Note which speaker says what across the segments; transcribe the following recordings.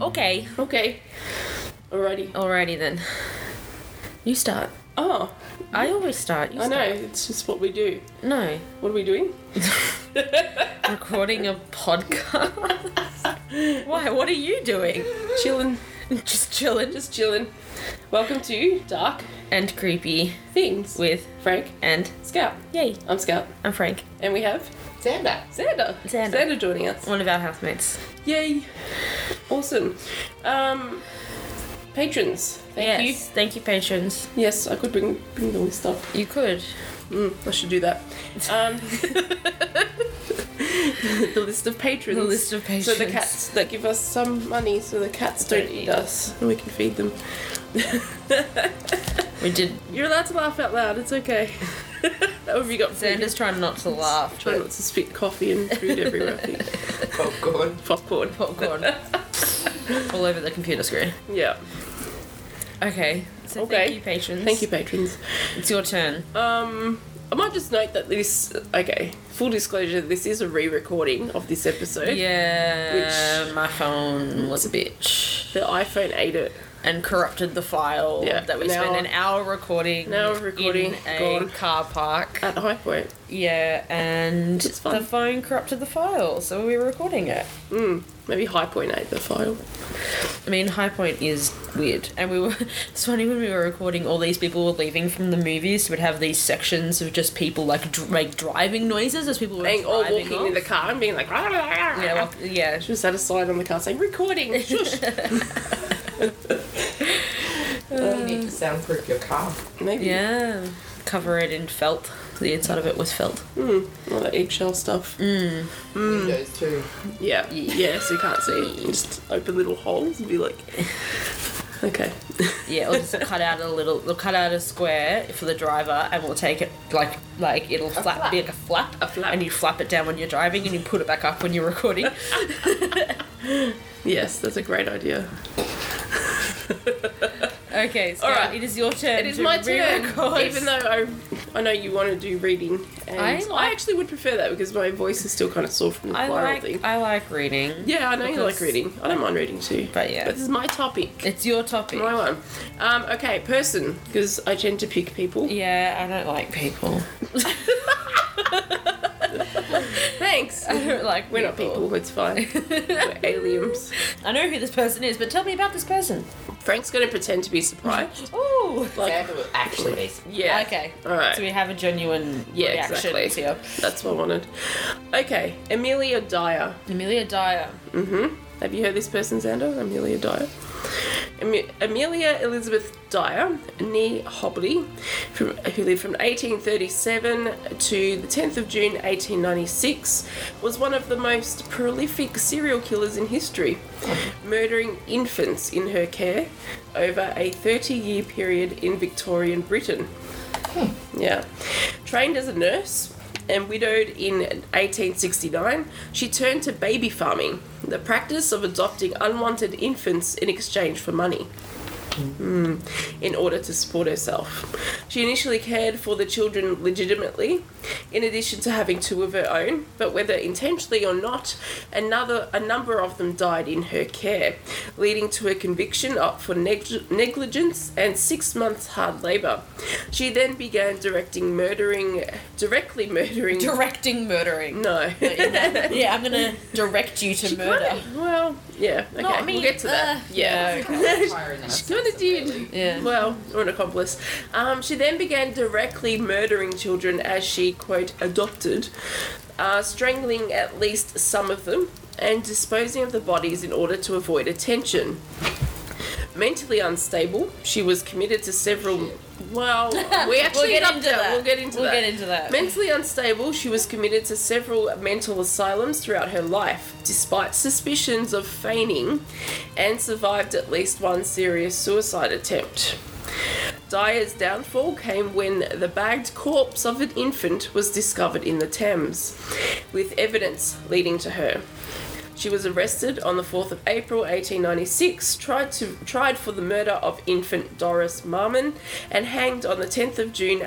Speaker 1: Okay.
Speaker 2: Okay. Alrighty.
Speaker 1: Alrighty then. You start.
Speaker 2: Oh,
Speaker 1: I always start. You
Speaker 2: I know.
Speaker 1: start.
Speaker 2: It's just what we do.
Speaker 1: No.
Speaker 2: What are we doing?
Speaker 1: Recording a podcast. Why? What are you doing?
Speaker 2: Chilling.
Speaker 1: Just chilling
Speaker 2: Just chilling. Welcome to Dark
Speaker 1: and creepy
Speaker 2: Things with
Speaker 1: with
Speaker 2: Frank
Speaker 1: and
Speaker 2: Scout.
Speaker 1: yay.
Speaker 2: I'm Scout,
Speaker 1: I'm Frank,
Speaker 2: and we have
Speaker 3: Xander.
Speaker 2: Xander.
Speaker 1: Xander.
Speaker 2: joining us.
Speaker 1: one of our housemates.
Speaker 2: Yay! Awesome. Um, patrons. Thank
Speaker 1: yes. Thank you, patrons.
Speaker 2: you. Yes, I could bring bring the list up.
Speaker 1: You could.
Speaker 2: Mm, I should do that. Um, the list of patrons.
Speaker 1: The list of patrons.
Speaker 2: So the cats that give us some money, so the cats don't,
Speaker 1: Don't
Speaker 2: eat
Speaker 1: eat
Speaker 2: us, and we can feed them.
Speaker 1: We did.
Speaker 2: You're allowed to laugh out loud. It's okay. oh, have you got food?
Speaker 1: Xander's trying not to laugh.
Speaker 2: Try not to spit coffee and food everywhere. I think.
Speaker 3: Popcorn.
Speaker 2: Popcorn.
Speaker 1: Popcorn. All over the computer screen.
Speaker 2: Yeah.
Speaker 1: Okay. So
Speaker 2: Okay.
Speaker 1: thank you, patrons.
Speaker 2: Thank you, patrons.
Speaker 1: It's your turn.
Speaker 2: Um, I might just note that this. Okay. Full disclosure: this is a re-recording of this episode.
Speaker 1: Yeah,
Speaker 2: Eh? Which-
Speaker 1: my phone was a bitch
Speaker 2: The iPhone ate it.
Speaker 1: and corrupted the file
Speaker 2: Yeah,
Speaker 1: that we
Speaker 2: an
Speaker 1: spent
Speaker 2: hour-
Speaker 1: an hour recording.
Speaker 2: an hour recording,
Speaker 1: in a
Speaker 2: gone.
Speaker 1: car park.
Speaker 2: At high point.
Speaker 1: Yeah, and
Speaker 2: It's fun.
Speaker 1: the phone corrupted the file, so we were recording it.
Speaker 2: Mm, maybe high point ate the file.
Speaker 1: I mean, High Point is weird, and we were. It's funny when we were recording, all these people were leaving from the movies. So we'd have these sections of just people like dr- make driving noises as people were
Speaker 2: Being all
Speaker 1: driving
Speaker 2: walking in the
Speaker 1: off.
Speaker 2: car and being like.
Speaker 1: Yeah, well, yeah.
Speaker 2: She just had a sign on the car saying recording. Shush.
Speaker 3: you need to soundproof your car.
Speaker 2: Maybe.
Speaker 1: Yeah, cover it in felt. The inside of it was felt.
Speaker 2: All that eggshell stuff.
Speaker 3: Windows too.
Speaker 2: Yeah.
Speaker 1: Yeah.
Speaker 2: Yeah, so Mm. you can't see. You just open little holes and be like. Okay.
Speaker 1: Yeah, we'll just cut out a little. We'll cut out a square for the driver, and we'll take it like like it'll flap,
Speaker 3: flap.
Speaker 1: be like a flap,
Speaker 2: A flap.
Speaker 1: and you flap it down when you're driving, and you put it back up when you're recording.
Speaker 2: Yes, that's a great idea.
Speaker 1: okay, so
Speaker 2: All right.
Speaker 1: it is your turn.
Speaker 2: It is
Speaker 1: to
Speaker 2: my turn.
Speaker 1: re-record.
Speaker 2: Even though I, I know you want to do reading, and
Speaker 1: I
Speaker 2: I,
Speaker 1: like-
Speaker 2: actually would prefer that because my voice is still kind of sore from the
Speaker 1: I
Speaker 2: viral
Speaker 1: like
Speaker 2: thing.
Speaker 1: I like reading.
Speaker 2: yeah, I know you like
Speaker 1: because-
Speaker 2: reading. I don't mind reading too.
Speaker 1: But yeah.
Speaker 2: but this is my topic.
Speaker 1: It's your topic.
Speaker 2: My one. Um, okay, person, because I tend to pick people.
Speaker 1: Yeah, I don't like people.
Speaker 2: Thanks.
Speaker 1: I don't like.
Speaker 2: We're not people. It's fine. We're aliens.
Speaker 1: I know who this person is, but tell me about this person.
Speaker 2: Frank's gonna pretend to be surprised.
Speaker 1: Oh.
Speaker 2: Like,
Speaker 3: Xander will actually be.
Speaker 2: yeah.
Speaker 1: Okay.
Speaker 2: All right.
Speaker 1: So we have a genuine
Speaker 2: Yeah,
Speaker 1: reaction
Speaker 2: exactly.
Speaker 1: here.
Speaker 2: That's what I wanted. Okay, Amelia Dyer.
Speaker 1: Amelia Dyer.
Speaker 2: Have you heard this person, Xander? Amelia Dyer. Ame- Amelia Elizabeth Dyer, nee Hobley, from, who lived from 1837 to the 10th of June 1896, was one of the most prolific serial killers in history, murdering infants in her care over a 30 year period in Victorian Britain. Yeah. Trained as a nurse and widowed in 1869, she turned to baby farming, the practice of adopting unwanted infants in exchange for money. Mm, in order to support herself, she initially cared for the children legitimately, in addition to having two of her own. But whether intentionally or not, another a number of them died in her care, leading to a conviction up for neg- negligence and six months hard labour. She then began directing murdering, directly murdering.
Speaker 1: Directing murdering.
Speaker 2: no.
Speaker 1: yeah, I'm gonna direct you to murder.
Speaker 2: Well, yeah. Okay,
Speaker 1: Not me.
Speaker 2: we'll get to that.
Speaker 1: Uh,
Speaker 2: yeah.
Speaker 3: She
Speaker 2: She kind of did.
Speaker 1: Yeah.
Speaker 2: Well, or an accomplice. Um, she then began directly murdering children as she, quote, adopted, uh, strangling at least some of them, and disposing of the bodies in order to avoid attention. Mentally unstable, she was committed to several. Well, we actually
Speaker 1: We'll get
Speaker 2: got
Speaker 1: into
Speaker 2: there.
Speaker 1: that.
Speaker 2: We'll get into
Speaker 1: We'll
Speaker 2: that.
Speaker 1: get into that.
Speaker 2: Mentally unstable, she was committed to several mental asylums throughout her life, despite suspicions of feigning, and survived at least one serious suicide attempt. Dyer's downfall came when the bagged corpse of an infant was discovered in the Thames, with evidence leading to her. She was arrested on the 4th of April 1896, tried, to, tried for the murder of infant Doris Marmon, and hanged on the 10th of June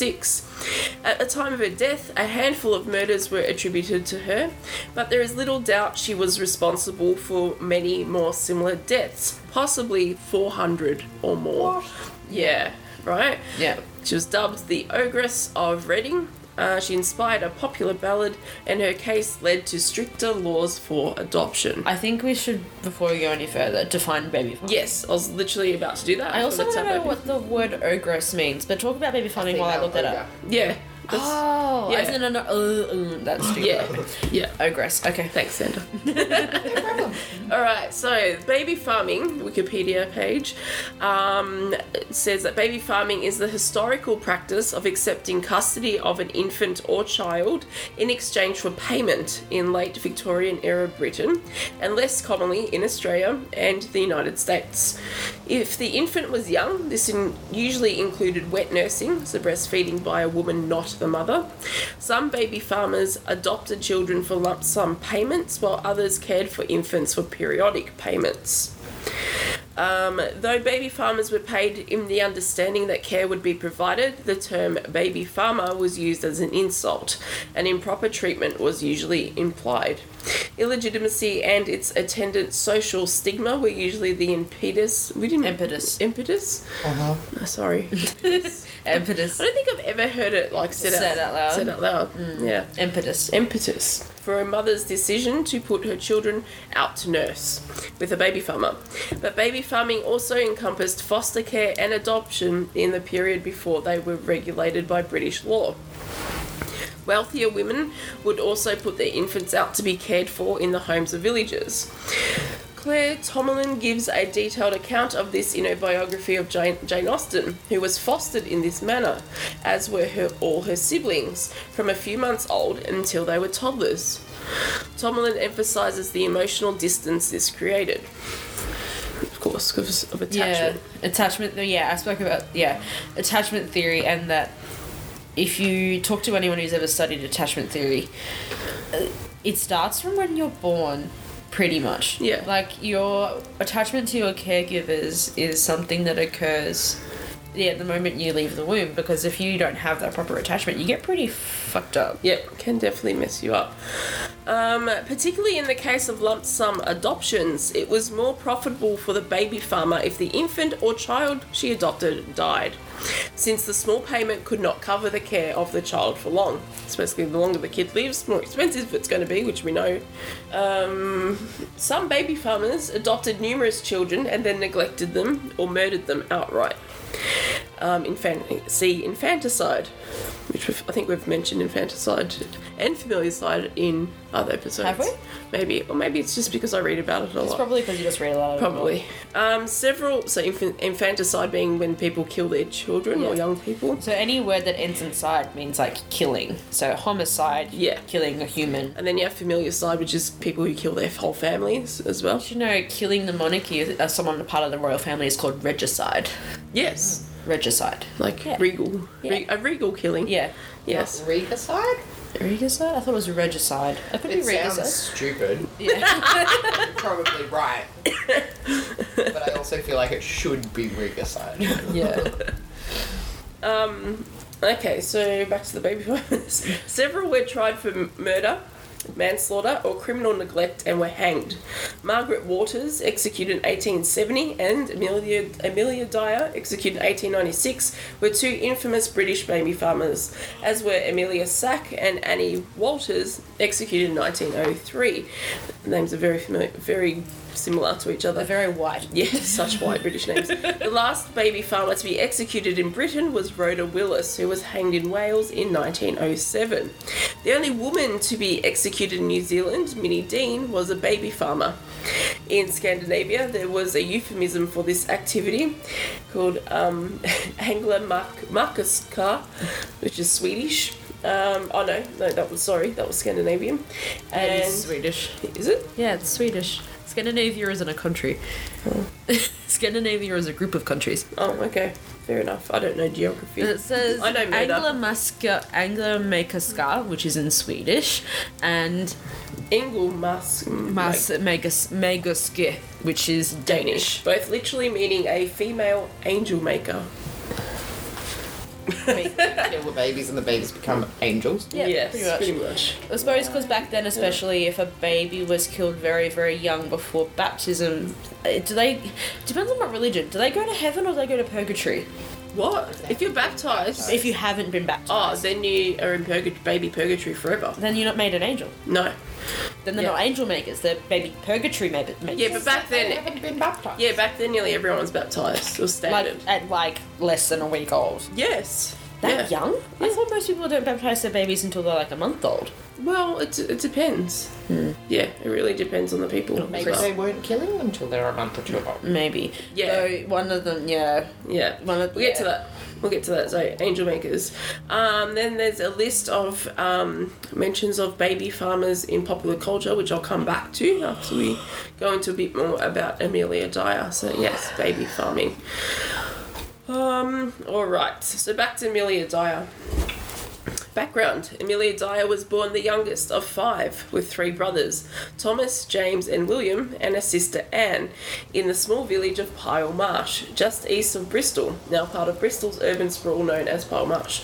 Speaker 2: 1896. At the time of her death, a handful of murders were attributed to her, but there is little doubt she was responsible for many more similar deaths, possibly 400 or more. Yeah, right?
Speaker 1: Yeah.
Speaker 2: She was dubbed the Ogress of Reading. Uh, she inspired a popular ballad, and her case led to stricter laws for adoption.
Speaker 1: I think we should, before we go any further, define baby farming.
Speaker 2: yes, I was literally about to do that.
Speaker 1: I
Speaker 2: forgot
Speaker 1: also
Speaker 2: to
Speaker 1: want to
Speaker 2: have
Speaker 1: know
Speaker 2: that
Speaker 1: what the word ogress means, but talk about baby farming while I look that up.
Speaker 2: bit- Yeah. that's-
Speaker 1: Oh,
Speaker 2: Yeah.
Speaker 1: yeah. no, no, uh, uh, that's stupid.
Speaker 2: yeah. Yeah.
Speaker 1: Ogress, okay.
Speaker 2: Thanks, Sandra.
Speaker 3: No problem.
Speaker 2: All right, so baby farming Wikipedia page um, says that baby farming is the historical practice of accepting custody of an infant or child in exchange for payment in late Victorian era Britain, and less commonly in Australia and the United States. If the infant was young, this in, usually included wet nursing, so breastfeeding by a woman, not the mother. Some baby farmers adopted children for lump sum payments, while others cared for infants for periodic payments. Um, though baby farmers were paid in the understanding that care would be provided, the term baby farmer was used as an insult, and improper treatment was usually implied. Illegitimacy and its attendant social stigma were usually the impetus. We didn't
Speaker 1: Impetus.
Speaker 2: Impetus.
Speaker 3: Uh-huh.
Speaker 2: Oh, sorry,
Speaker 1: Impetus.
Speaker 2: I don't think I've ever heard it like said,
Speaker 1: Said out loud. Mm.
Speaker 2: Said out loud. Yeah
Speaker 1: Impetus.
Speaker 2: impetus for a mother's decision to put her children out to nurse with a baby farmer. But baby farming also encompassed foster care and adoption in the period before they were regulated by British law. Wealthier women would also put their infants out to be cared for in the homes of villagers. Claire Tomlin gives a detailed account of this in her biography of Jane, Jane Austen, who was fostered in this manner, as were her, all her siblings, from a few months old until they were toddlers. Tomlin emphasises the emotional distance this created. Of course, because of attachment.
Speaker 1: Yeah, attachment. th- Yeah, I spoke about yeah, attachment theory, and that if you talk to anyone who's ever studied attachment theory, uh, it starts from when you're born, pretty much.
Speaker 2: Yeah.
Speaker 1: Like your attachment to your caregivers is something that occurs. Yeah, the moment you leave the womb, because if you don't have that proper attachment, you get pretty fucked up.
Speaker 2: Yep, can definitely mess you up. Um, particularly in the case of lump sum adoptions, it was more profitable for the baby farmer if the infant or child she adopted died, since the small payment could not cover the care of the child for long. It's basically the longer the kid lives, the more expensive it's going to be, which we know. Um, some baby farmers adopted numerous children and then neglected them or murdered them outright. Um, infan- see infanticide, which we've, I think we've mentioned infanticide and familiaricide in other episodes.
Speaker 1: Have we?
Speaker 2: Maybe, or maybe it's just because I read about it a
Speaker 1: It's
Speaker 2: lot.
Speaker 1: probably because you just read a lot. of it.
Speaker 2: Probably. Um, several, so infan- infanticide being when people kill their children or
Speaker 1: Yeah.
Speaker 2: young people.
Speaker 1: So any word that ends in side means like killing. So homicide.
Speaker 2: Yeah.
Speaker 1: Killing a human.
Speaker 2: And then you have familiaricide, which is people who kill their whole families as well.
Speaker 1: Did you know killing the monarchy as someone a part of the royal family is called regicide?
Speaker 2: Yes.
Speaker 1: Regicide.
Speaker 2: Like
Speaker 1: Yeah.
Speaker 2: regal.
Speaker 1: Yeah.
Speaker 2: Re- a regal killing.
Speaker 1: Yeah.
Speaker 2: Yes.
Speaker 3: Reaper side?
Speaker 1: Regicide? I thought it was regicide. I could
Speaker 3: It
Speaker 1: be regicide.
Speaker 3: sounds stupid.
Speaker 1: Yeah.
Speaker 3: You're probably right. but I also feel like it should be regicide.
Speaker 1: yeah.
Speaker 2: Um, okay, so back to the baby farmers. Several were tried for m- murder, manslaughter, or criminal neglect and were hanged. Margaret Waters, executed in 1870, and Amelia, Amelia Dyer, executed in 1896, were two infamous British baby farmers, as were Amelia Sack and Annie Walters, executed in 1903. The names are very familiar, very similar to each other.
Speaker 1: They're very white.
Speaker 2: Yeah, such white British names. the last baby farmer to be executed in Britain was Rhoda Willis, who was hanged in Wales in 1907. The only woman to be executed in New Zealand, Minnie Dean, was a baby farmer. In Scandinavia, there was a euphemism for this activity called um, Angler Mark- Markuska, which is Swedish. Um, oh no, no, that was sorry, that was Scandinavian. And
Speaker 1: Swedish.
Speaker 2: is it?
Speaker 1: Yeah, it's Swedish. Scandinavia isn't a country. Scandinavia is a group of countries.
Speaker 2: Oh, okay. Fair enough. I don't know geography.
Speaker 1: And it says
Speaker 2: I don't know that.
Speaker 1: Angla Angla which is in Swedish, and
Speaker 2: Engelmask.
Speaker 1: Mas Megas Megaske, which is Danish.
Speaker 2: Both literally meaning a female angel maker.
Speaker 3: Kill the babies and the babies become angels.
Speaker 1: Yeah, pretty much. I suppose because back then, especially if a baby was killed very, very young before baptism, uh, do they? Depends on what religion. Do they go to heaven or do they go to purgatory?
Speaker 2: What? If you're baptized,
Speaker 1: If you haven't been baptized,
Speaker 2: oh, then you are in purg- baby purgatory forever.
Speaker 1: then you're not made an angel.
Speaker 2: No.
Speaker 1: Then they're
Speaker 2: Yeah.
Speaker 1: not angel makers. They're baby purgatory ma- makers.
Speaker 2: Yeah, but back
Speaker 3: They
Speaker 2: then,
Speaker 3: haven't been baptized.
Speaker 2: yeah, back then nearly everyone was baptized or
Speaker 1: like
Speaker 2: standard.
Speaker 1: at like less than a week old.
Speaker 2: yes.
Speaker 1: That
Speaker 2: yeah.
Speaker 1: young? I thought most people don't baptize their babies until they're like a month old.
Speaker 2: Well, it, it depends. Yeah, it really depends on the people. as
Speaker 3: Maybe
Speaker 2: well.
Speaker 3: they weren't killing them till they were a month or two old.
Speaker 1: Maybe.
Speaker 2: Yeah.
Speaker 1: Though one of them, yeah.
Speaker 2: Yeah,
Speaker 1: One of-
Speaker 2: we'll get to
Speaker 1: yeah.
Speaker 2: that. We'll get to that. So, angel makers. Um, then there's a list of um, mentions of baby farmers in popular culture, which I'll come back to after we go into a bit more about Amelia Dyer. So, yes, baby farming. Um, all right. So back to Amelia Dyer. Background Amelia Dyer was born the youngest of five, with three brothers Thomas, James, and William, and a sister Anne, in the small village of Pyle Marsh, just east of Bristol, now part of Bristol's urban sprawl known as Pyle Marsh.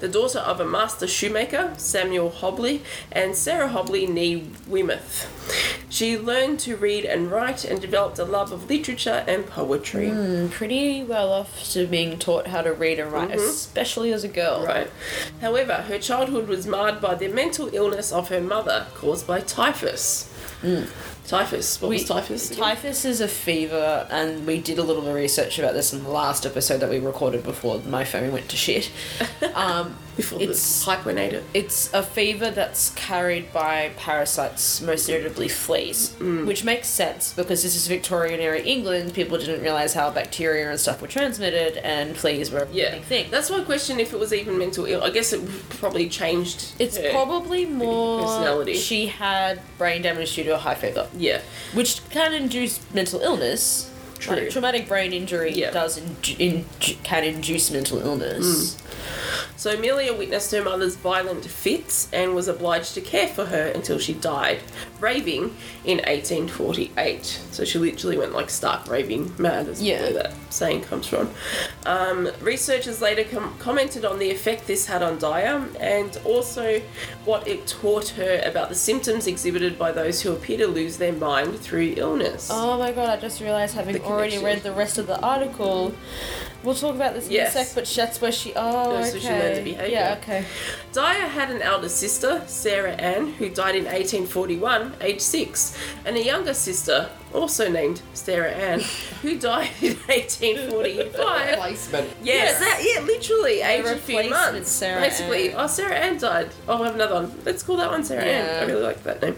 Speaker 2: The daughter of a master shoemaker, Samuel Hobley, and Sarah Hobley nee Wemyth. She learned to read and write and developed a love of literature and poetry.
Speaker 1: Mm, pretty well off to being taught how to read and write,
Speaker 2: Mm-hmm.
Speaker 1: especially as a girl.
Speaker 2: Right. However, her childhood was marred by the mental illness of her mother caused by typhus. Typhus. What
Speaker 1: Mm. We-
Speaker 2: was typhus? again?
Speaker 1: Typhus is a fever, and we did a little bit of research about this in the last episode that we recorded before my phone went to shit. Um,
Speaker 2: Before
Speaker 1: it's-
Speaker 2: it's hyphenated.
Speaker 1: It's a fever that's carried by parasites, most notably fleas,
Speaker 2: Mm.
Speaker 1: which makes sense because this is Victorian era England. People didn't realize how bacteria and stuff were transmitted, and fleas were a
Speaker 2: Yeah.
Speaker 1: big thing.
Speaker 2: That's my question. If it was even mental ill, I guess it probably changed.
Speaker 1: it's
Speaker 2: her-
Speaker 1: probably more
Speaker 2: personality.
Speaker 1: she had brain damage due to a high fever,
Speaker 2: Yeah.
Speaker 1: which can induce mental illness.
Speaker 2: True.
Speaker 1: Like, traumatic brain injury
Speaker 2: Yeah.
Speaker 1: does indu- indu- can induce mental illness.
Speaker 2: Mm. So Amelia witnessed her mother's violent fits and was obliged to care for her until she died, raving in 1848. So she literally went like stark raving mad, is
Speaker 1: Yeah.
Speaker 2: where that saying comes from. Um, researchers later com- commented on the effect this had on Dyer and also what it taught her about the symptoms exhibited by those who appear to lose their mind through illness.
Speaker 1: Oh my god, I just realised having
Speaker 2: The
Speaker 1: already
Speaker 2: connection.
Speaker 1: read the rest of the article. We'll talk about this in
Speaker 2: Yes.
Speaker 1: a sec, but that's where she. Oh,
Speaker 2: That's
Speaker 1: okay.
Speaker 2: where she learned the behaviour.
Speaker 1: Yeah, okay.
Speaker 2: Dyer had an elder sister, Sarah Ann, who died in 1841, aged six, and a younger sister, also named Sarah Ann, who died in 1845.
Speaker 3: Placement.
Speaker 2: Yes, that, yeah, literally, aged a few
Speaker 1: replacement
Speaker 2: months.
Speaker 1: Sarah
Speaker 2: basically,
Speaker 1: Ann.
Speaker 2: oh, Sarah Ann died. Oh, I have another one. Let's call that one Sarah
Speaker 1: Yeah.
Speaker 2: Ann. I really like that name.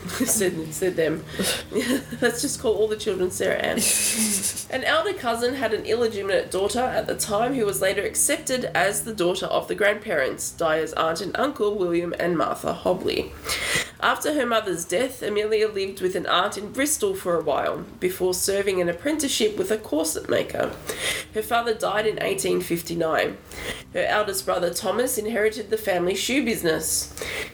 Speaker 2: said, said them. Let's just call all the children Sarah Ann. An elder cousin had an illegitimate daughter at the time who was later accepted as the daughter of the grandparents, Dyer's aunt and uncle, William and Martha Hobley. After her mother's death, Amelia lived with an aunt in Bristol for a while before serving an apprenticeship with a corset maker. Her father died in 1859. Her eldest brother Thomas inherited the family shoe business.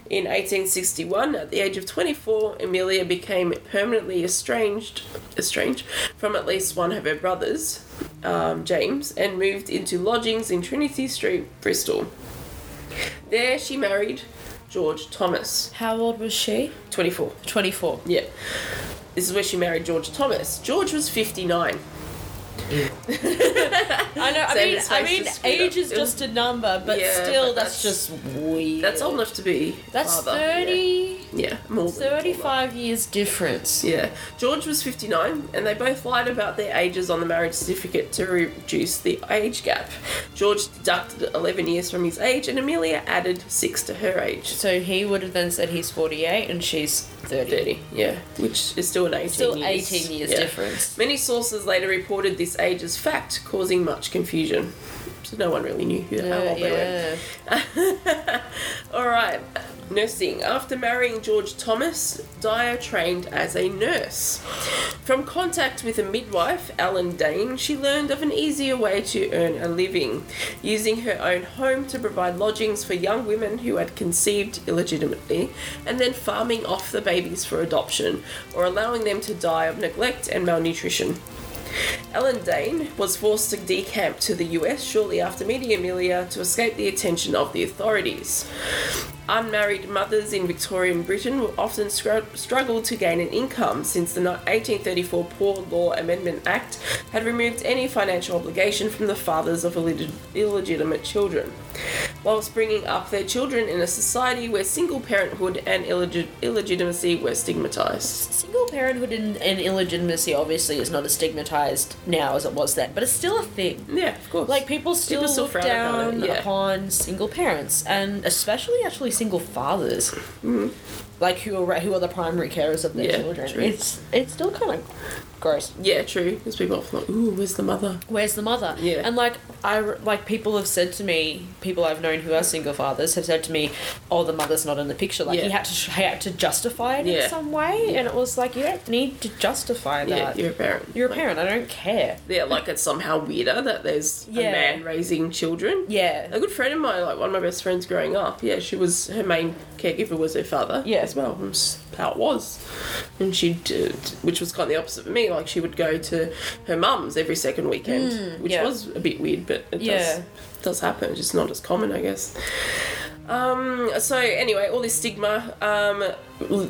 Speaker 2: In 1861, at the age of 24, Amelia became permanently estranged, estranged from at least one of her brothers, um, James, and moved into lodgings in Trinity Street, Bristol. There she married George Thomas,
Speaker 1: How old was she?
Speaker 2: 24.
Speaker 1: 24.
Speaker 2: Yeah. This is where she married George Thomas. George was 59.
Speaker 1: I know, I
Speaker 2: Same
Speaker 1: mean,
Speaker 2: as
Speaker 1: I
Speaker 2: face
Speaker 1: mean
Speaker 2: just screwed
Speaker 1: age
Speaker 2: up.
Speaker 1: is
Speaker 2: It was-
Speaker 1: just a number, but
Speaker 2: Yeah,
Speaker 1: still,
Speaker 2: but
Speaker 1: that's,
Speaker 2: that's-
Speaker 1: just weird.
Speaker 2: That's old enough to be.
Speaker 1: That's
Speaker 2: father. yeah.
Speaker 1: 30,
Speaker 2: Yeah, more than
Speaker 1: 35 years difference.
Speaker 2: Yeah, George was 59, and they both lied about their ages on the marriage certificate to reduce the age gap. George deducted 11 years from his age, and Amelia added 6 to her age.
Speaker 1: So he would have then said he's 48 and she's 30.
Speaker 2: 30, yeah, which is still an 18
Speaker 1: Still
Speaker 2: years.
Speaker 1: 18 years
Speaker 2: Yeah.
Speaker 1: difference.
Speaker 2: Many sources later reported this age as fact, causing much confusion. So no one really knew who,
Speaker 1: Uh,
Speaker 2: how old they were.
Speaker 1: yeah.
Speaker 2: All right. Nursing. After marrying George Thomas, Dyer trained as a nurse. From contact with a midwife, Ellen Dane, she learned of an easier way to earn a living, using her own home to provide lodgings for young women who had conceived illegitimately, and then farming off the babies for adoption, or allowing them to die of neglect and malnutrition. Ellen Dane was forced to decamp to the US shortly after meeting Amelia to escape the attention of the authorities. Unmarried mothers in Victorian Britain will often scru- struggle to gain an income since the ni- 1834 Poor Law Amendment Act had removed any financial obligation from the fathers of illeg- illegitimate children, whilst bringing up their children in a society where single parenthood and illegit illegitimacy were stigmatised.
Speaker 1: Single parenthood and, and illegitimacy obviously is not as stigmatized now as it was then, but it's still a thing.
Speaker 2: Yeah, of course.
Speaker 1: Like people still
Speaker 2: People still
Speaker 1: look
Speaker 2: frown upon it,
Speaker 1: down
Speaker 2: yeah.
Speaker 1: upon single parents and especially actually single fathers, like who are ra- who are the primary carers of their
Speaker 2: Mm-hmm. Yeah,
Speaker 1: children.
Speaker 2: true.
Speaker 1: It's it's still kind of gross.
Speaker 2: Yeah, true. Because people often like, ooh, where's the mother?
Speaker 1: Where's the mother?
Speaker 2: Yeah.
Speaker 1: And like I re- like people have said to me, people I've known who are single fathers have said to me, "Oh, the mother's not in the picture." Like he
Speaker 2: Yeah.
Speaker 1: had to he had to justify it
Speaker 2: Yeah.
Speaker 1: in some way, and it was like you don't need to justify
Speaker 2: Yeah,
Speaker 1: that.
Speaker 2: you're a parent.
Speaker 1: You're a
Speaker 2: Like,
Speaker 1: parent. I don't care.
Speaker 2: yeah, like it's somehow weirder that there's
Speaker 1: Yeah.
Speaker 2: a man raising children.
Speaker 1: Yeah.
Speaker 2: A good friend of mine, like one of my best friends growing up, yeah, she was her main caregiver was her father.
Speaker 1: Yeah.
Speaker 2: as well. It was how it was, and she did, which was kind of the opposite for me. Like she would go to her mum's every second weekend, which
Speaker 1: Mm, yeah.
Speaker 2: was a bit weird, but it
Speaker 1: Yeah.
Speaker 2: does does happen. It's just not as common, I guess. Um, so anyway, all this stigma um,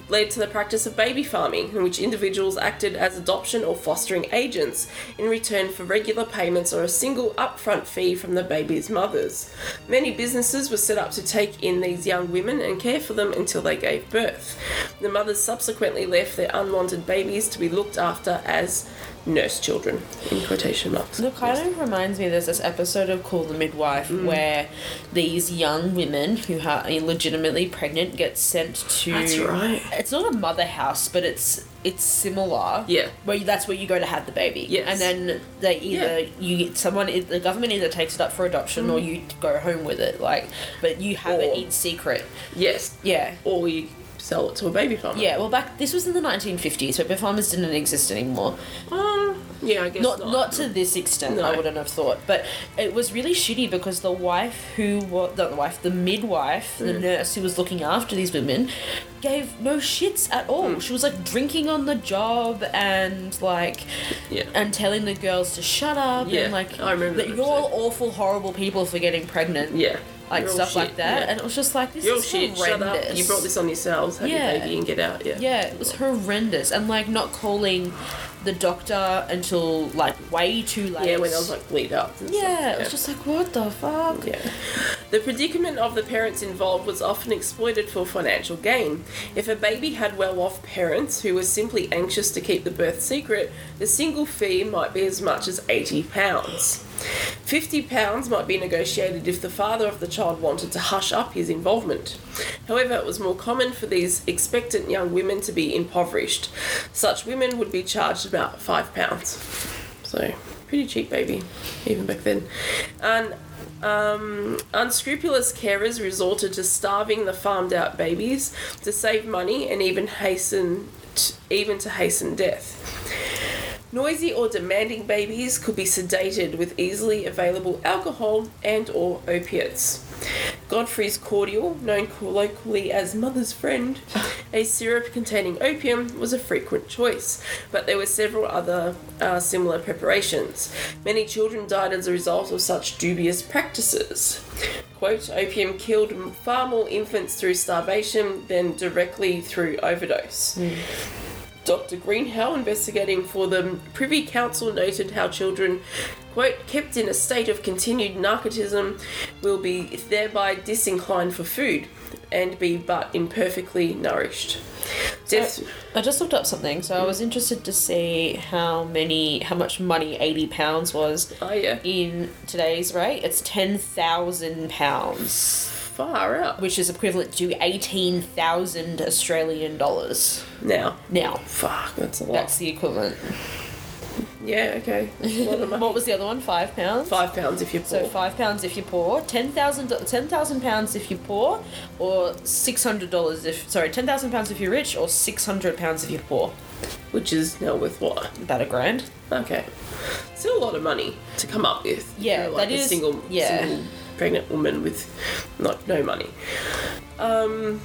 Speaker 2: led to the practice of baby farming, in which individuals acted as adoption or fostering agents in return for regular payments or a single upfront fee from the baby's mothers. Many businesses were set up to take in these young women and care for them until they gave birth. The mothers subsequently left their unwanted babies to be looked after as nurse children, in quotation marks.
Speaker 1: Look, kind of reminds me. There's this episode of Call the Midwife
Speaker 2: Mm.
Speaker 1: where these young women who are illegitimately pregnant get sent to.
Speaker 2: That's right.
Speaker 1: It's not a mother house, but it's it's similar.
Speaker 2: Yeah.
Speaker 1: Where you, that's where you go to have the baby.
Speaker 2: Yes.
Speaker 1: And then they either
Speaker 2: Yeah.
Speaker 1: you someone the government either takes it up for adoption or you go home with it. Like, but you have
Speaker 2: Mm-hmm. Or-
Speaker 1: it in secret.
Speaker 2: Yes,
Speaker 1: Yeah.
Speaker 2: or you sell it to a baby farmer.
Speaker 1: Yeah, well, back this was in the 1950s, so baby farmers didn't exist anymore.
Speaker 2: Um, yeah, I guess
Speaker 1: not,
Speaker 2: not.
Speaker 1: not to this extent.
Speaker 2: No.
Speaker 1: I wouldn't have thought, but it was really shitty because the wife who was not the wife, the midwife,
Speaker 2: Mm.
Speaker 1: the nurse who was looking after these women, gave no shits at all.
Speaker 2: Mm.
Speaker 1: She was like drinking on the job and like
Speaker 2: yeah.
Speaker 1: and telling the girls to shut up
Speaker 2: Yeah,
Speaker 1: and like
Speaker 2: I remember
Speaker 1: that
Speaker 2: that
Speaker 1: you're all awful, horrible people for getting pregnant.
Speaker 2: yeah.
Speaker 1: Like
Speaker 2: You're all
Speaker 1: stuff like
Speaker 2: shit,
Speaker 1: that,
Speaker 2: yeah.
Speaker 1: and it was just like this
Speaker 2: You're all
Speaker 1: is
Speaker 2: shit. Shut
Speaker 1: horrendous.
Speaker 2: up. You brought this on yourselves. Have
Speaker 1: Yeah.
Speaker 2: your baby and get out. Yeah.
Speaker 1: Yeah, it was horrendous, and like not calling the doctor until like way too late.
Speaker 2: Yeah, when I was like bleed out. and stuff,
Speaker 1: Yeah, it was just like, what the fuck?
Speaker 2: Yeah. The predicament of the parents involved was often exploited for financial gain. If a baby had well off parents who were simply anxious to keep the birth secret, the single fee might be as much as £80. £50 might be negotiated if the father of the child wanted to hush up his involvement. However, it was more common for these expectant young women to be impoverished. Such women would be charged about £5. So, pretty cheap baby, even back then. And um, unscrupulous carers resorted to starving the farmed out babies to save money and even hasten even to hasten death. Noisy or demanding babies could be sedated with easily available alcohol and or opiates. Godfrey's cordial, known colloquially as mother's friend, a syrup containing opium, was a frequent choice, but there were several other uh, similar preparations. Many children died as a result of such dubious practices. Quote, opium killed m- far more infants through starvation than directly through overdose. Dr. Greenhow, investigating for the Privy Council, noted how children, quote, kept in a state of continued narcotism will be thereby disinclined for food and be but imperfectly nourished. Death,
Speaker 1: I just looked up something, so I was interested to see how many, how much money eighty pounds was
Speaker 2: oh yeah,
Speaker 1: in today's rate. It's ten thousand pounds,
Speaker 2: far out
Speaker 1: which is equivalent to eighteen thousand Australian dollars.
Speaker 2: now.
Speaker 1: Now,
Speaker 2: Fuck, that's a lot.
Speaker 1: that's the equivalent.
Speaker 2: Yeah, okay. A lot of money.
Speaker 1: What was the other one? Five pounds.
Speaker 2: Five pounds if you're poor.
Speaker 1: So five pounds if you're poor, ten thousand ten thousand pounds if you're poor, or six hundred dollars if sorry ten thousand pounds if you're rich, or six hundred pounds if you're poor.
Speaker 2: Which is now worth what?
Speaker 1: About a grand.
Speaker 2: Okay. Still a lot of money to come up with.
Speaker 1: Yeah,
Speaker 2: for, like
Speaker 1: that
Speaker 2: a
Speaker 1: is-
Speaker 2: single,
Speaker 1: yeah.
Speaker 2: single pregnant woman with not no money. Um,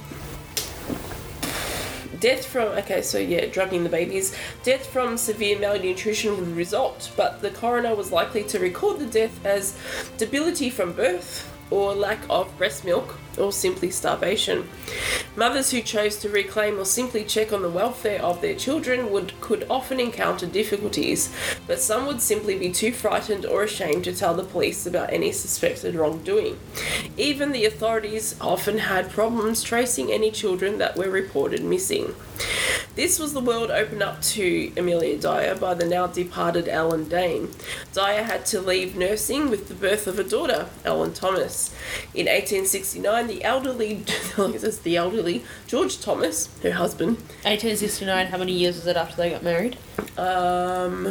Speaker 2: death from okay, so yeah, drugging the babies. Death from severe malnutrition would result, but the coroner was likely to record the death as debility from birth. Or lack of breast milk, or simply starvation. Mothers who chose to reclaim or simply check on the welfare of their children would could often encounter difficulties, but some would simply be too frightened or ashamed to tell the police about any suspected wrongdoing. Even the authorities often had problems tracing any children that were reported missing. This was the world opened up to Amelia Dyer by the now departed Alan Dane. Dyer had to leave nursing with the birth of a daughter, Ellen Thomas. In 1869, the elderly, it says the elderly, George Thomas, her husband,
Speaker 1: Eighteen sixty nine. How many years was it after they got married?
Speaker 2: Um,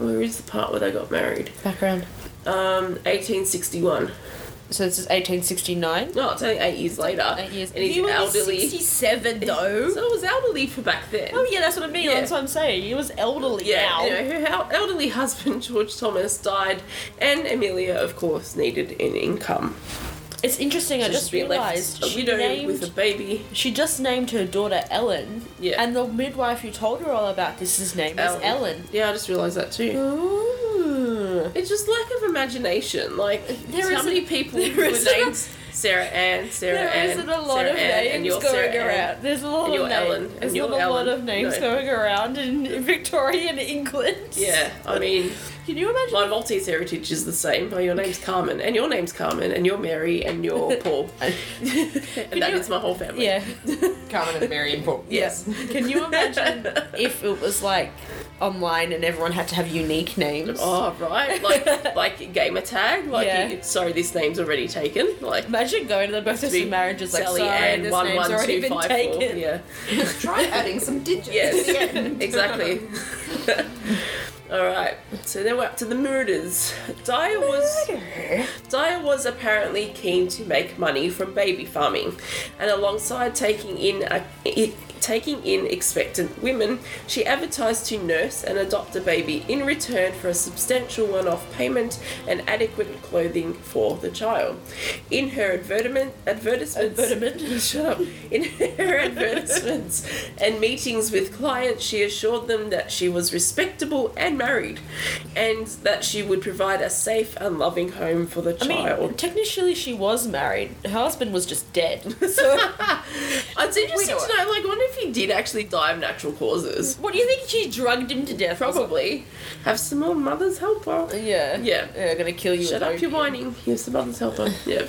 Speaker 2: where is the part where they got married?
Speaker 1: Background.
Speaker 2: Um, 1861.
Speaker 1: So this is eighteen sixty nine.
Speaker 2: No, it's only eight years later.
Speaker 1: Eight years.
Speaker 2: And he's
Speaker 1: he was
Speaker 2: Uh, elderly.
Speaker 1: sixty seven though.
Speaker 2: So it was elderly for back then.
Speaker 1: Oh yeah, that's what I mean.
Speaker 2: Yeah.
Speaker 1: That's what I'm saying. He was elderly
Speaker 2: Yeah,
Speaker 1: now.
Speaker 2: anyway, her hel- elderly husband, George Thomas, died, and Amelia, of course, needed an income.
Speaker 1: It's interesting. I
Speaker 2: So
Speaker 1: just
Speaker 2: she
Speaker 1: realised
Speaker 2: left a
Speaker 1: she
Speaker 2: widow
Speaker 1: named
Speaker 2: with a baby.
Speaker 1: she just named her daughter Ellen.
Speaker 2: Yeah.
Speaker 1: And the midwife who told her all about this, his name is Ellen.
Speaker 2: Yeah, I just realised that too.
Speaker 1: Ooh.
Speaker 2: It's just lack of imagination. Like,
Speaker 1: There
Speaker 2: how
Speaker 1: isn't-
Speaker 2: many people
Speaker 1: there
Speaker 2: were
Speaker 1: isn't a-
Speaker 2: named Sarah Ann, Sarah
Speaker 1: There
Speaker 2: Ann,
Speaker 1: isn't a lot
Speaker 2: Sarah
Speaker 1: of
Speaker 2: Ann, and
Speaker 1: names
Speaker 2: you're
Speaker 1: going
Speaker 2: Sarah Ann.
Speaker 1: around. There's a lot
Speaker 2: and
Speaker 1: of
Speaker 2: you're
Speaker 1: names.
Speaker 2: Ellen, and
Speaker 1: There's
Speaker 2: you're
Speaker 1: not a lot
Speaker 2: Ellen.
Speaker 1: of names
Speaker 2: No.
Speaker 1: going around in Victorian England.
Speaker 2: Yeah, I mean,
Speaker 1: Can you imagine?
Speaker 2: my Maltese heritage is the same. Oh, your name's Carmen, and your name's Carmen, and you're Mary, and you're Paul. and that
Speaker 1: you-
Speaker 2: is my whole family.
Speaker 1: yeah.
Speaker 3: Carmen and Mary and Paul.
Speaker 2: Yes.
Speaker 1: Can you imagine if it was like online and everyone had to have unique names?
Speaker 2: Oh right, like like gamer tag. Like
Speaker 1: Yeah.
Speaker 2: you, sorry, this name's already taken. Like
Speaker 1: Imagine going to the breakfast
Speaker 2: be
Speaker 1: of marriages like,
Speaker 2: Sally
Speaker 1: sorry,
Speaker 2: Ann
Speaker 1: this
Speaker 2: one
Speaker 1: name's
Speaker 2: one
Speaker 1: already
Speaker 2: two
Speaker 1: been
Speaker 2: five
Speaker 1: taken.
Speaker 2: four. Yeah.
Speaker 3: Try adding some digits.
Speaker 2: Yes.
Speaker 3: at the end.
Speaker 2: exactly. All right, so then we're up to the murders. Dyer was Dyer was apparently keen to make money from baby farming, and alongside taking in a, i- taking in expectant women, she advertised to nurse and adopt a baby in return for a substantial one-off payment and adequate clothing for the child. In her advertisement, advertisements,
Speaker 1: Advertisement?
Speaker 2: shut up. In her advertisements and meetings with clients, she assured them that she was respectable and married, and that she would provide a safe and loving home for the
Speaker 1: I mean,
Speaker 2: child.
Speaker 1: technically she was married. Her husband was just dead. So
Speaker 2: it's interesting
Speaker 3: widower.
Speaker 2: to know. Like, I wonder if he did actually die of natural causes.
Speaker 1: what do you think? She drugged him to death. or
Speaker 2: Probably. Have some more mother's helper.
Speaker 1: something? Yeah.
Speaker 2: Yeah.
Speaker 1: Yeah, gonna kill you.
Speaker 2: Shut
Speaker 1: with
Speaker 2: up, you're
Speaker 1: opium.
Speaker 2: whining. Here's some mother's helper. yeah.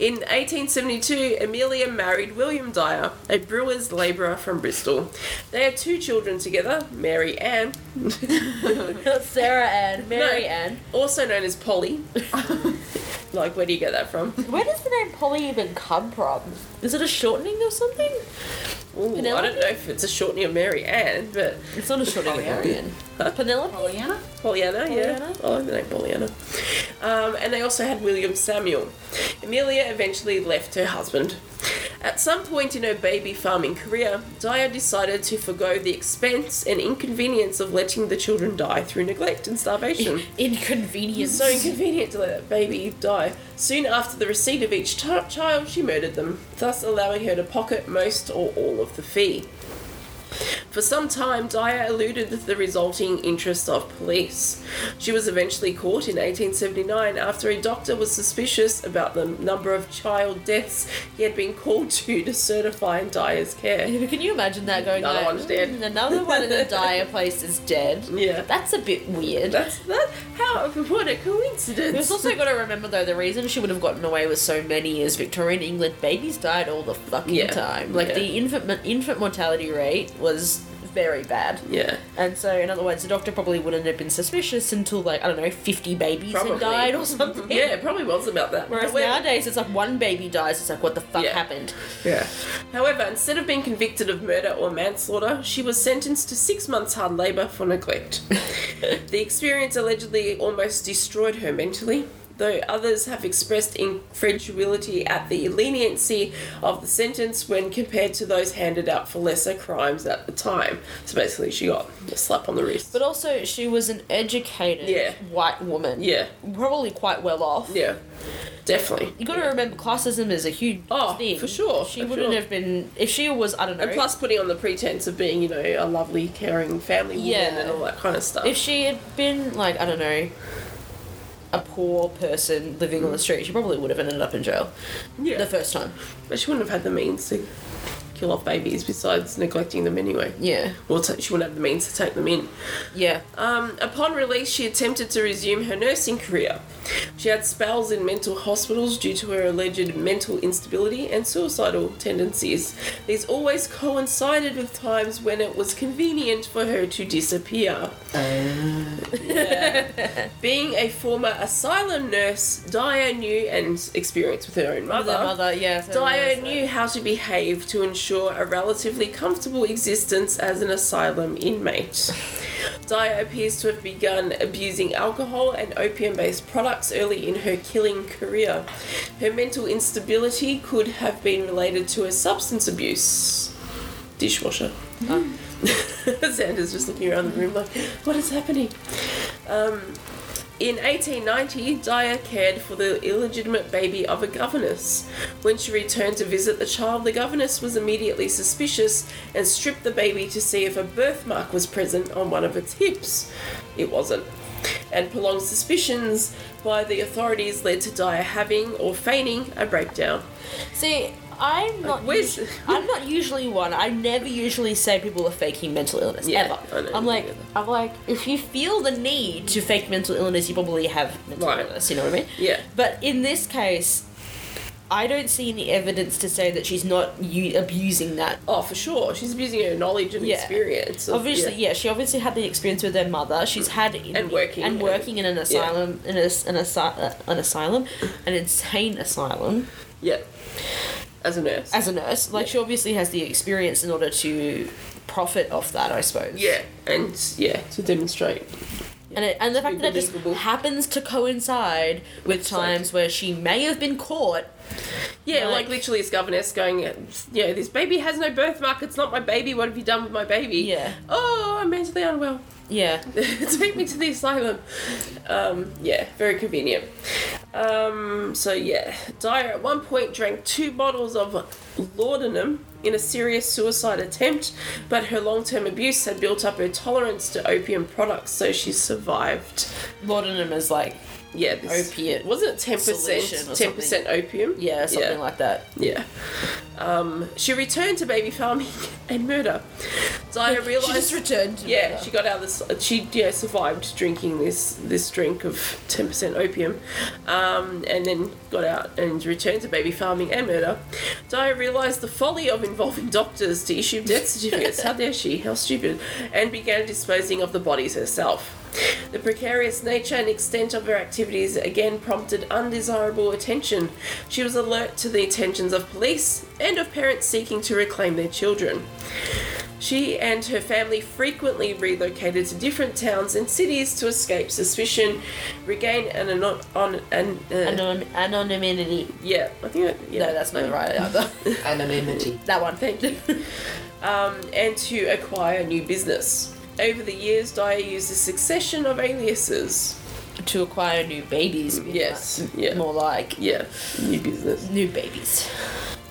Speaker 2: In 1872, Amelia married William Dyer, a brewer's labourer from Bristol. They had two children together, Mary Ann,
Speaker 1: Sarah Ann, Mary
Speaker 2: No.
Speaker 1: Ann.
Speaker 2: also known as Polly. like, where do you get that from?
Speaker 1: Where does the name Polly even come from? Is it a shortening or something?
Speaker 2: Ooh, I
Speaker 1: Penelope?
Speaker 2: don't know if it's a shortening of Mary Ann, but
Speaker 1: It's not a shortening of
Speaker 3: Pollyanna.
Speaker 1: Mary Ann.
Speaker 2: Huh?
Speaker 1: Penelope.
Speaker 3: Pollyanna?
Speaker 2: Pollyanna, yeah. Oh,
Speaker 1: Pollyanna?
Speaker 2: I like the name Pollyanna. Um, and they also had William Samuel. Amelia eventually left her husband. At some point in her baby farming career, Dyer decided to forgo the expense and inconvenience of letting the children die through neglect and starvation.
Speaker 1: Inconvenience.
Speaker 2: so inconvenient to let a baby die. Soon after the receipt of each t- child, she murdered them, thus allowing her to pocket most or all of the fee. For some time, Dyer eluded the resulting interest of police. She was eventually caught in 1879 after a doctor was suspicious about the number of child deaths he had been called to to certify in Dyer's care.
Speaker 1: Can you imagine that going
Speaker 2: Another
Speaker 1: like,
Speaker 2: one's dead.
Speaker 1: "Mm, Another one in the dire place is dead.
Speaker 2: Yeah.
Speaker 1: That's a bit weird.
Speaker 2: That's that. How? What a coincidence!
Speaker 1: There's also got to remember though the reason she would have gotten away with so many is Victorian England babies died all the fucking
Speaker 2: Yeah,
Speaker 1: time. Like
Speaker 2: yeah.
Speaker 1: the infant infant mortality rate was very bad.
Speaker 2: Yeah.
Speaker 1: And so, in other words, the doctor probably wouldn't have been suspicious until, like, I don't know, 50 babies
Speaker 2: Probably.
Speaker 1: had died or something.
Speaker 2: Yeah, it probably was about that.
Speaker 1: Whereas
Speaker 2: However-
Speaker 1: nowadays, it's like one baby dies, it's like, what the fuck
Speaker 2: Yeah.
Speaker 1: happened?
Speaker 2: Yeah. However, instead of being convicted of murder or manslaughter, she was sentenced to six months hard labour for neglect. the experience allegedly almost destroyed her mentally, though others have expressed incredulity at the leniency of the sentence when compared to those handed out for lesser crimes at the time. So basically, she got a slap on the wrist.
Speaker 1: But also, she was an educated
Speaker 2: Yeah.
Speaker 1: white woman.
Speaker 2: yeah,
Speaker 1: Probably quite well off.
Speaker 2: yeah, definitely.
Speaker 1: You gotta remember, classism is a huge
Speaker 2: Oh,
Speaker 1: thing.
Speaker 2: for sure,
Speaker 1: She
Speaker 2: for
Speaker 1: wouldn't
Speaker 2: sure.
Speaker 1: have been. If she was, I don't know.
Speaker 2: And plus, putting on the pretense of being, you know, a lovely, caring family woman
Speaker 1: Yeah.
Speaker 2: and all that kind of stuff.
Speaker 1: if she had been, like, I don't know, a poor person living on the street, she probably would have ended up in jail
Speaker 2: yeah.
Speaker 1: the first time.
Speaker 2: But she wouldn't have had the means to kill off babies besides neglecting them anyway.
Speaker 1: Yeah.
Speaker 2: Well, ta she wouldn't have the means to take them in.
Speaker 1: Yeah.
Speaker 2: Um, upon release, she attempted to resume her nursing career. She had spells in mental hospitals due to her alleged mental instability and suicidal tendencies. These always coincided with times when it was convenient for her to disappear. Yeah. Being a former asylum nurse, Dyer knew and experienced with her own
Speaker 1: Mother, mother, yeah. so
Speaker 2: Dyer
Speaker 1: there's that.
Speaker 2: knew how to behave to ensure a relatively comfortable existence as an asylum inmate. Dyer appears to have begun abusing alcohol and opium based products early in her killing career. Her mental instability could have been related to her substance abuse. Dishwasher. Xander's just looking around the room like, what is happening? Um, in 1890, Dyer cared for the illegitimate baby of a governess. When she returned to visit the child, the governess was immediately suspicious and stripped the baby to see if a birthmark was present on one of its hips. It wasn't. And prolonged suspicions by the authorities led to Dyer having or feigning a breakdown.
Speaker 1: See, I'm not.
Speaker 2: where's-
Speaker 1: usu- I'm not usually one. I never usually say people are faking mental illness
Speaker 2: Yeah, I
Speaker 1: ever.
Speaker 2: know,
Speaker 1: I'm
Speaker 2: me
Speaker 1: like,
Speaker 2: neither.
Speaker 1: I'm like, if you feel the need to fake mental illness, you probably have mental
Speaker 2: Right.
Speaker 1: illness. You know what I mean?
Speaker 2: Yeah.
Speaker 1: But in this case, I don't see any evidence to say that she's not u- abusing that.
Speaker 2: Oh, for sure. She's abusing her knowledge and
Speaker 1: Yeah.
Speaker 2: experience. of-
Speaker 1: Obviously, yeah. she obviously had the experience with her mother. She's had
Speaker 2: And working
Speaker 1: and
Speaker 2: in-
Speaker 1: working in an asylum, in a, an, asi- uh, an asylum, an insane asylum.
Speaker 2: Yeah. As a nurse.
Speaker 1: as a nurse. Like she obviously has the experience in order to profit off that, I suppose.
Speaker 2: yeah. And yeah, to demonstrate.
Speaker 1: And it, and the fact that it just
Speaker 2: Believable.
Speaker 1: happens to coincide with
Speaker 2: It's like-
Speaker 1: times where she may have been caught.
Speaker 2: Yeah,
Speaker 1: Like-
Speaker 2: like, literally, it's governess going, you know, this baby has no birthmark. It's not my baby. What have you done with my baby?
Speaker 1: Yeah.
Speaker 2: Oh, I'm mentally unwell.
Speaker 1: Yeah.
Speaker 2: Take me to the asylum. Um, yeah, very convenient. Um, so yeah, Dyer at one point drank two bottles of laudanum in a serious suicide attempt, but her long-term abuse had built up her tolerance to opium products, so she survived.
Speaker 1: Laudanum is like
Speaker 2: Yeah, this
Speaker 1: Opiate
Speaker 2: wasn't it ten
Speaker 1: solution or
Speaker 2: percent, ten percent opium.
Speaker 1: yeah, something
Speaker 2: yeah.
Speaker 1: like that.
Speaker 2: Yeah. Um, she returned to baby farming and murder. Dyer realized
Speaker 1: She just returned to
Speaker 2: yeah,
Speaker 1: murder.
Speaker 2: she got out of this. She yeah survived drinking this this drink of ten percent opium, um, and then got out and returned to baby farming and murder. Dyer realised the folly of involving doctors to issue death certificates. How dare she? How stupid! And began disposing of the bodies herself. The precarious nature and extent of her activities again prompted undesirable attention. She was alert to the attentions of police and of parents seeking to reclaim their children. She and her family frequently relocated to different towns and cities to escape suspicion, regain an anon- on an uh,
Speaker 1: Anon- anonymity.
Speaker 2: yeah, I think that, yeah,
Speaker 1: no, that's not right either.
Speaker 3: Anonymity.
Speaker 1: that one. Thank you.
Speaker 2: um, and to acquire new business. Over the years, Dyer used a succession of aliases.
Speaker 1: to acquire new babies. be
Speaker 2: Yes,
Speaker 1: like-
Speaker 2: yeah.
Speaker 1: More like
Speaker 2: Yeah, new business.
Speaker 1: new babies.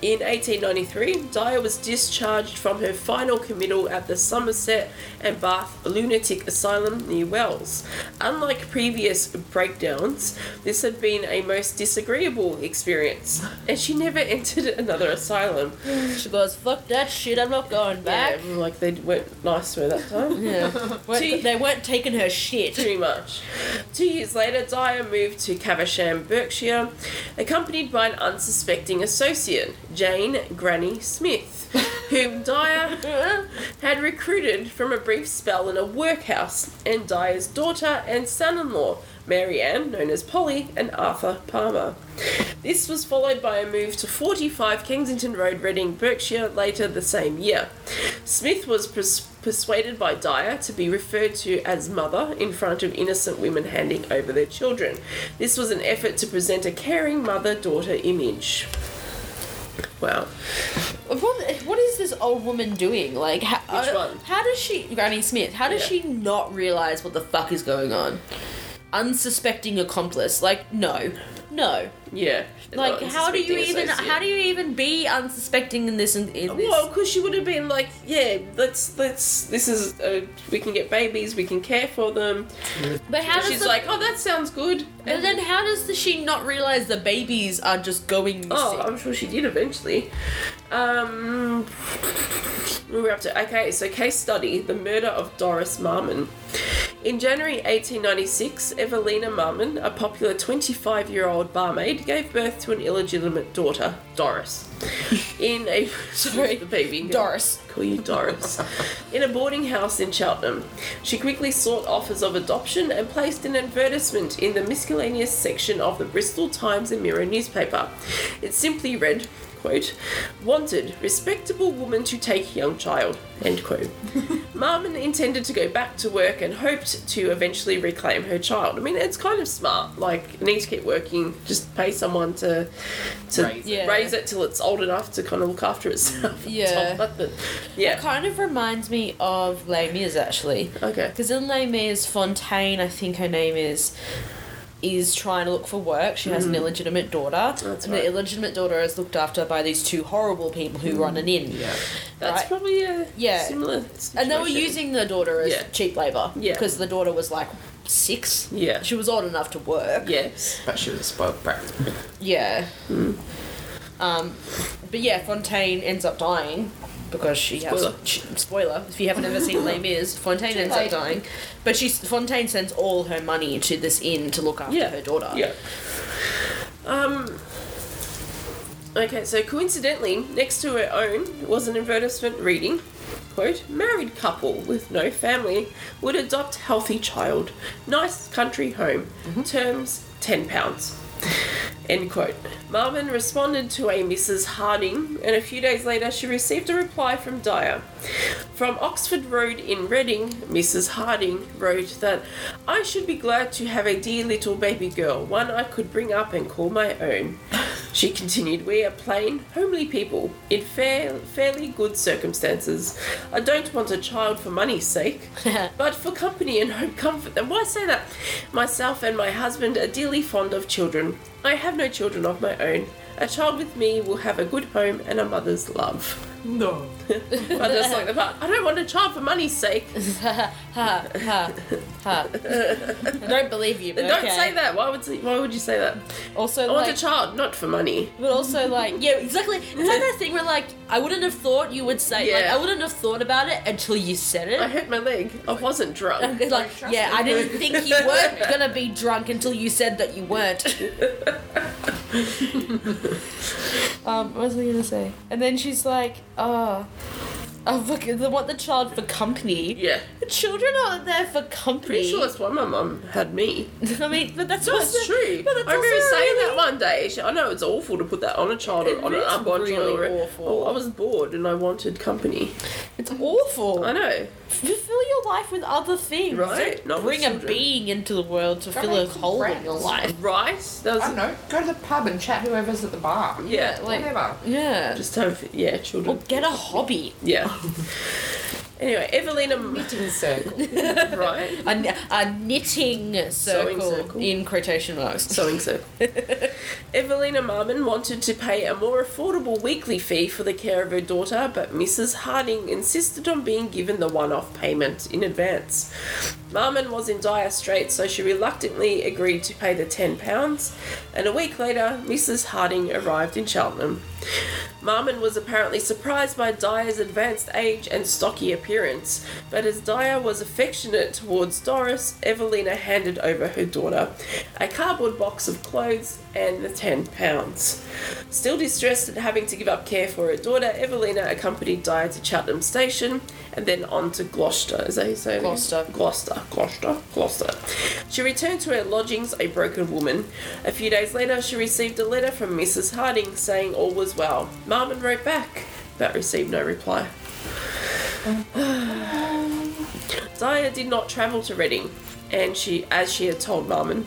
Speaker 2: In 1893, Dyer was discharged from her final committal at the Somerset and Bath Lunatic Asylum near Wells. Unlike previous breakdowns, this had been a most disagreeable experience, and she never entered another asylum.
Speaker 1: She goes, "Fuck that shit. I'm not going back."
Speaker 2: Yeah, like they weren't nice to her that time.
Speaker 1: Yeah.
Speaker 2: Gee.
Speaker 1: Weren't- they weren't taking her shit.
Speaker 2: Pretty much. Two years later, Dyer moved to Caversham, Berkshire, accompanied by an unsuspecting associate, Jane Granny Smith, whom Dyer had recruited from a brief spell in a workhouse, and Dyer's daughter and son in law, Mary Ann, known as Polly, and Arthur Palmer. This was followed by a move to 45 Kensington Road, Reading, Berkshire, later the same year. Smith was pers- persuaded by Dyer to be referred to as mother in front of innocent women handing over their children. This was an effort to present a caring mother daughter image. Wow.
Speaker 1: What, what is this old woman doing? Like, how, uh,
Speaker 2: Which one?
Speaker 1: how does she, Granny Smith, how does
Speaker 2: Yeah.
Speaker 1: she not realize what the fuck is going on? Unsuspecting accomplice, like no, no.
Speaker 2: Yeah. Oh,
Speaker 1: Like,
Speaker 2: Not
Speaker 1: how do you
Speaker 2: unsuspecting
Speaker 1: even,
Speaker 2: associate.
Speaker 1: how do you even be unsuspecting in this? In, in this?
Speaker 2: Well, because she would have been like, yeah, let's let's. This is uh, we can get babies, we can care for them.
Speaker 1: but how does
Speaker 2: She's
Speaker 1: the,
Speaker 2: like, oh, that sounds good.
Speaker 1: But then how does the, she not realize the babies are just going missing?
Speaker 2: Oh, I'm sure she did eventually. Um, we were up to okay. So case study: the murder of Doris Marmon. In January 1896, Evelina Marmon, a popular 25-year-old barmaid, gave birth to an illegitimate daughter, Doris. In a
Speaker 1: Sorry.
Speaker 2: the baby
Speaker 1: Doris.
Speaker 2: call you Doris, in a boarding house in Cheltenham. She quickly sought offers of adoption and placed an advertisement in the miscellaneous section of the Bristol Times and Mirror newspaper. It simply read, quote, wanted respectable woman to take young child, end quote. Marmon intended to go back to work and hoped to eventually reclaim her child. I mean, it's kind of smart. Like, you need to keep working, just pay someone to to raise it,
Speaker 3: Raise it.
Speaker 1: Yeah. Mm.
Speaker 2: till it's old enough to kind of look after itself.
Speaker 1: Yeah.
Speaker 2: But the-
Speaker 1: It
Speaker 2: yeah.
Speaker 1: kind of reminds me of Les Mis actually.
Speaker 2: Okay.
Speaker 1: Because in Les Mis, Fontaine, I think her name is, is trying to look for work. She has an illegitimate daughter.
Speaker 2: Mm. That's
Speaker 1: and
Speaker 2: right.
Speaker 1: the illegitimate daughter is looked after by these two horrible people who run an inn.
Speaker 3: Yeah.
Speaker 2: That's
Speaker 1: right.
Speaker 2: probably a
Speaker 1: Yeah.
Speaker 2: similar.
Speaker 1: And they were
Speaker 2: situation.
Speaker 1: using the daughter as
Speaker 2: Yeah.
Speaker 1: cheap labour.
Speaker 2: Yeah.
Speaker 1: Because the daughter was like six.
Speaker 2: Yeah.
Speaker 1: She was old enough to work.
Speaker 2: Yes.
Speaker 3: But she was a spoiled brat.
Speaker 1: Yeah.
Speaker 2: Hmm.
Speaker 1: Um, but yeah, Fontaine ends up dying because she
Speaker 2: Spoiler.
Speaker 1: has she, spoiler. If you haven't ever seen Les Mis, Fontaine ends up
Speaker 3: late.
Speaker 1: dying, but she Fontaine sends all her money to this inn to look after
Speaker 2: Yeah.
Speaker 1: her daughter.
Speaker 2: Yeah. Um. Okay, so coincidentally, next to her own was an advertisement reading, quote, married couple with no family would adopt healthy child, nice country home, terms ten pounds. End quote. Marvin responded to a Mrs. Harding, and a few days later she received a reply from Dyer. From Oxford Road in Reading, Mrs. Harding wrote that I should be glad to have a dear little baby girl, one I could bring up and call my own. She continued, We are plain, homely people, in fair, fairly good circumstances. I don't want a child for money's sake, but for company and home comfort. And why say that? Myself and my husband are dearly fond of children. I have no children of my own. A child with me will have a good home and a mother's love.
Speaker 3: No.
Speaker 2: I just like the part. I don't want a child for money's sake.
Speaker 1: ha ha ha ha. I don't believe you. But
Speaker 2: Don't
Speaker 1: okay.
Speaker 2: say that. Why would why would you say that?
Speaker 1: Also,
Speaker 2: I want
Speaker 1: like,
Speaker 2: a child, not for money.
Speaker 1: but also like, yeah, exactly. It's like that thing where like I wouldn't have thought you would say. Like
Speaker 2: Yeah.
Speaker 1: I wouldn't have thought about it until you said it.
Speaker 2: I hurt my leg. I wasn't drunk.
Speaker 1: It's like,
Speaker 3: trust
Speaker 1: yeah,
Speaker 3: me.
Speaker 1: I didn't think you weren't gonna be drunk until you said that you weren't. um, what was I gonna say? And then she's like, oh, I look, I want the child for company.
Speaker 2: Yeah.
Speaker 1: The children aren't there for company.
Speaker 2: Pretty sure that's why my mum had me.
Speaker 1: I mean, but that's
Speaker 2: That's
Speaker 1: also-
Speaker 2: true.
Speaker 1: But that's
Speaker 2: I remember
Speaker 1: also
Speaker 2: saying
Speaker 1: really-
Speaker 2: that one day. She- I know it's awful to put that on a child
Speaker 1: It
Speaker 2: or on an
Speaker 1: is
Speaker 2: unborn child. or-
Speaker 1: really
Speaker 2: Oh,
Speaker 1: awful.
Speaker 2: I was bored and I wanted company.
Speaker 1: It's awful.
Speaker 2: I know.
Speaker 1: Fill your life with other things.
Speaker 2: Right?
Speaker 1: Don't
Speaker 2: Not with
Speaker 1: bring a
Speaker 2: children.
Speaker 1: being into the world to
Speaker 3: Go
Speaker 1: fill a
Speaker 3: make some
Speaker 1: hole in
Speaker 3: friends.
Speaker 1: your life.
Speaker 2: Right? That was
Speaker 3: I don't know. Go to the pub and chat whoever's at the bar.
Speaker 2: yeah.
Speaker 1: Like,
Speaker 3: Whatever.
Speaker 1: yeah.
Speaker 2: Just time for yeah, children.
Speaker 1: or get a hobby.
Speaker 2: Yeah. anyway, Evelina,
Speaker 3: Knitting circle.
Speaker 2: right?
Speaker 1: a, kn- a knitting
Speaker 2: Sewing
Speaker 1: circle,
Speaker 2: circle.
Speaker 1: in quotation marks.
Speaker 2: Sewing so. Evelina Marmon wanted to pay a more affordable weekly fee for the care of her daughter, but Mrs. Harding insisted on being given the one off payment in advance. Marmon was in dire straits, so she reluctantly agreed to pay the £10, and a week later, Mrs. Harding arrived in Cheltenham. Marmon was apparently surprised by Dyer's advanced age and stocky appearance, but as Dyer was affectionate towards Doris, Evelina handed over her daughter a cardboard box of clothes and the £10. Still distressed at having to give up care for her daughter, Evelina accompanied Dyer to Cheltenham Station and then on to Gloucester. Is that how you say it?
Speaker 1: Gloucester.
Speaker 2: Gloucester, Gloucester, Gloucester. She returned to her lodgings a broken woman. A few days later, she received a letter from Mrs. Harding saying all was well. Marmon wrote back, but received no reply. Dyer did not travel to Reading, and she, as she had told Marmon,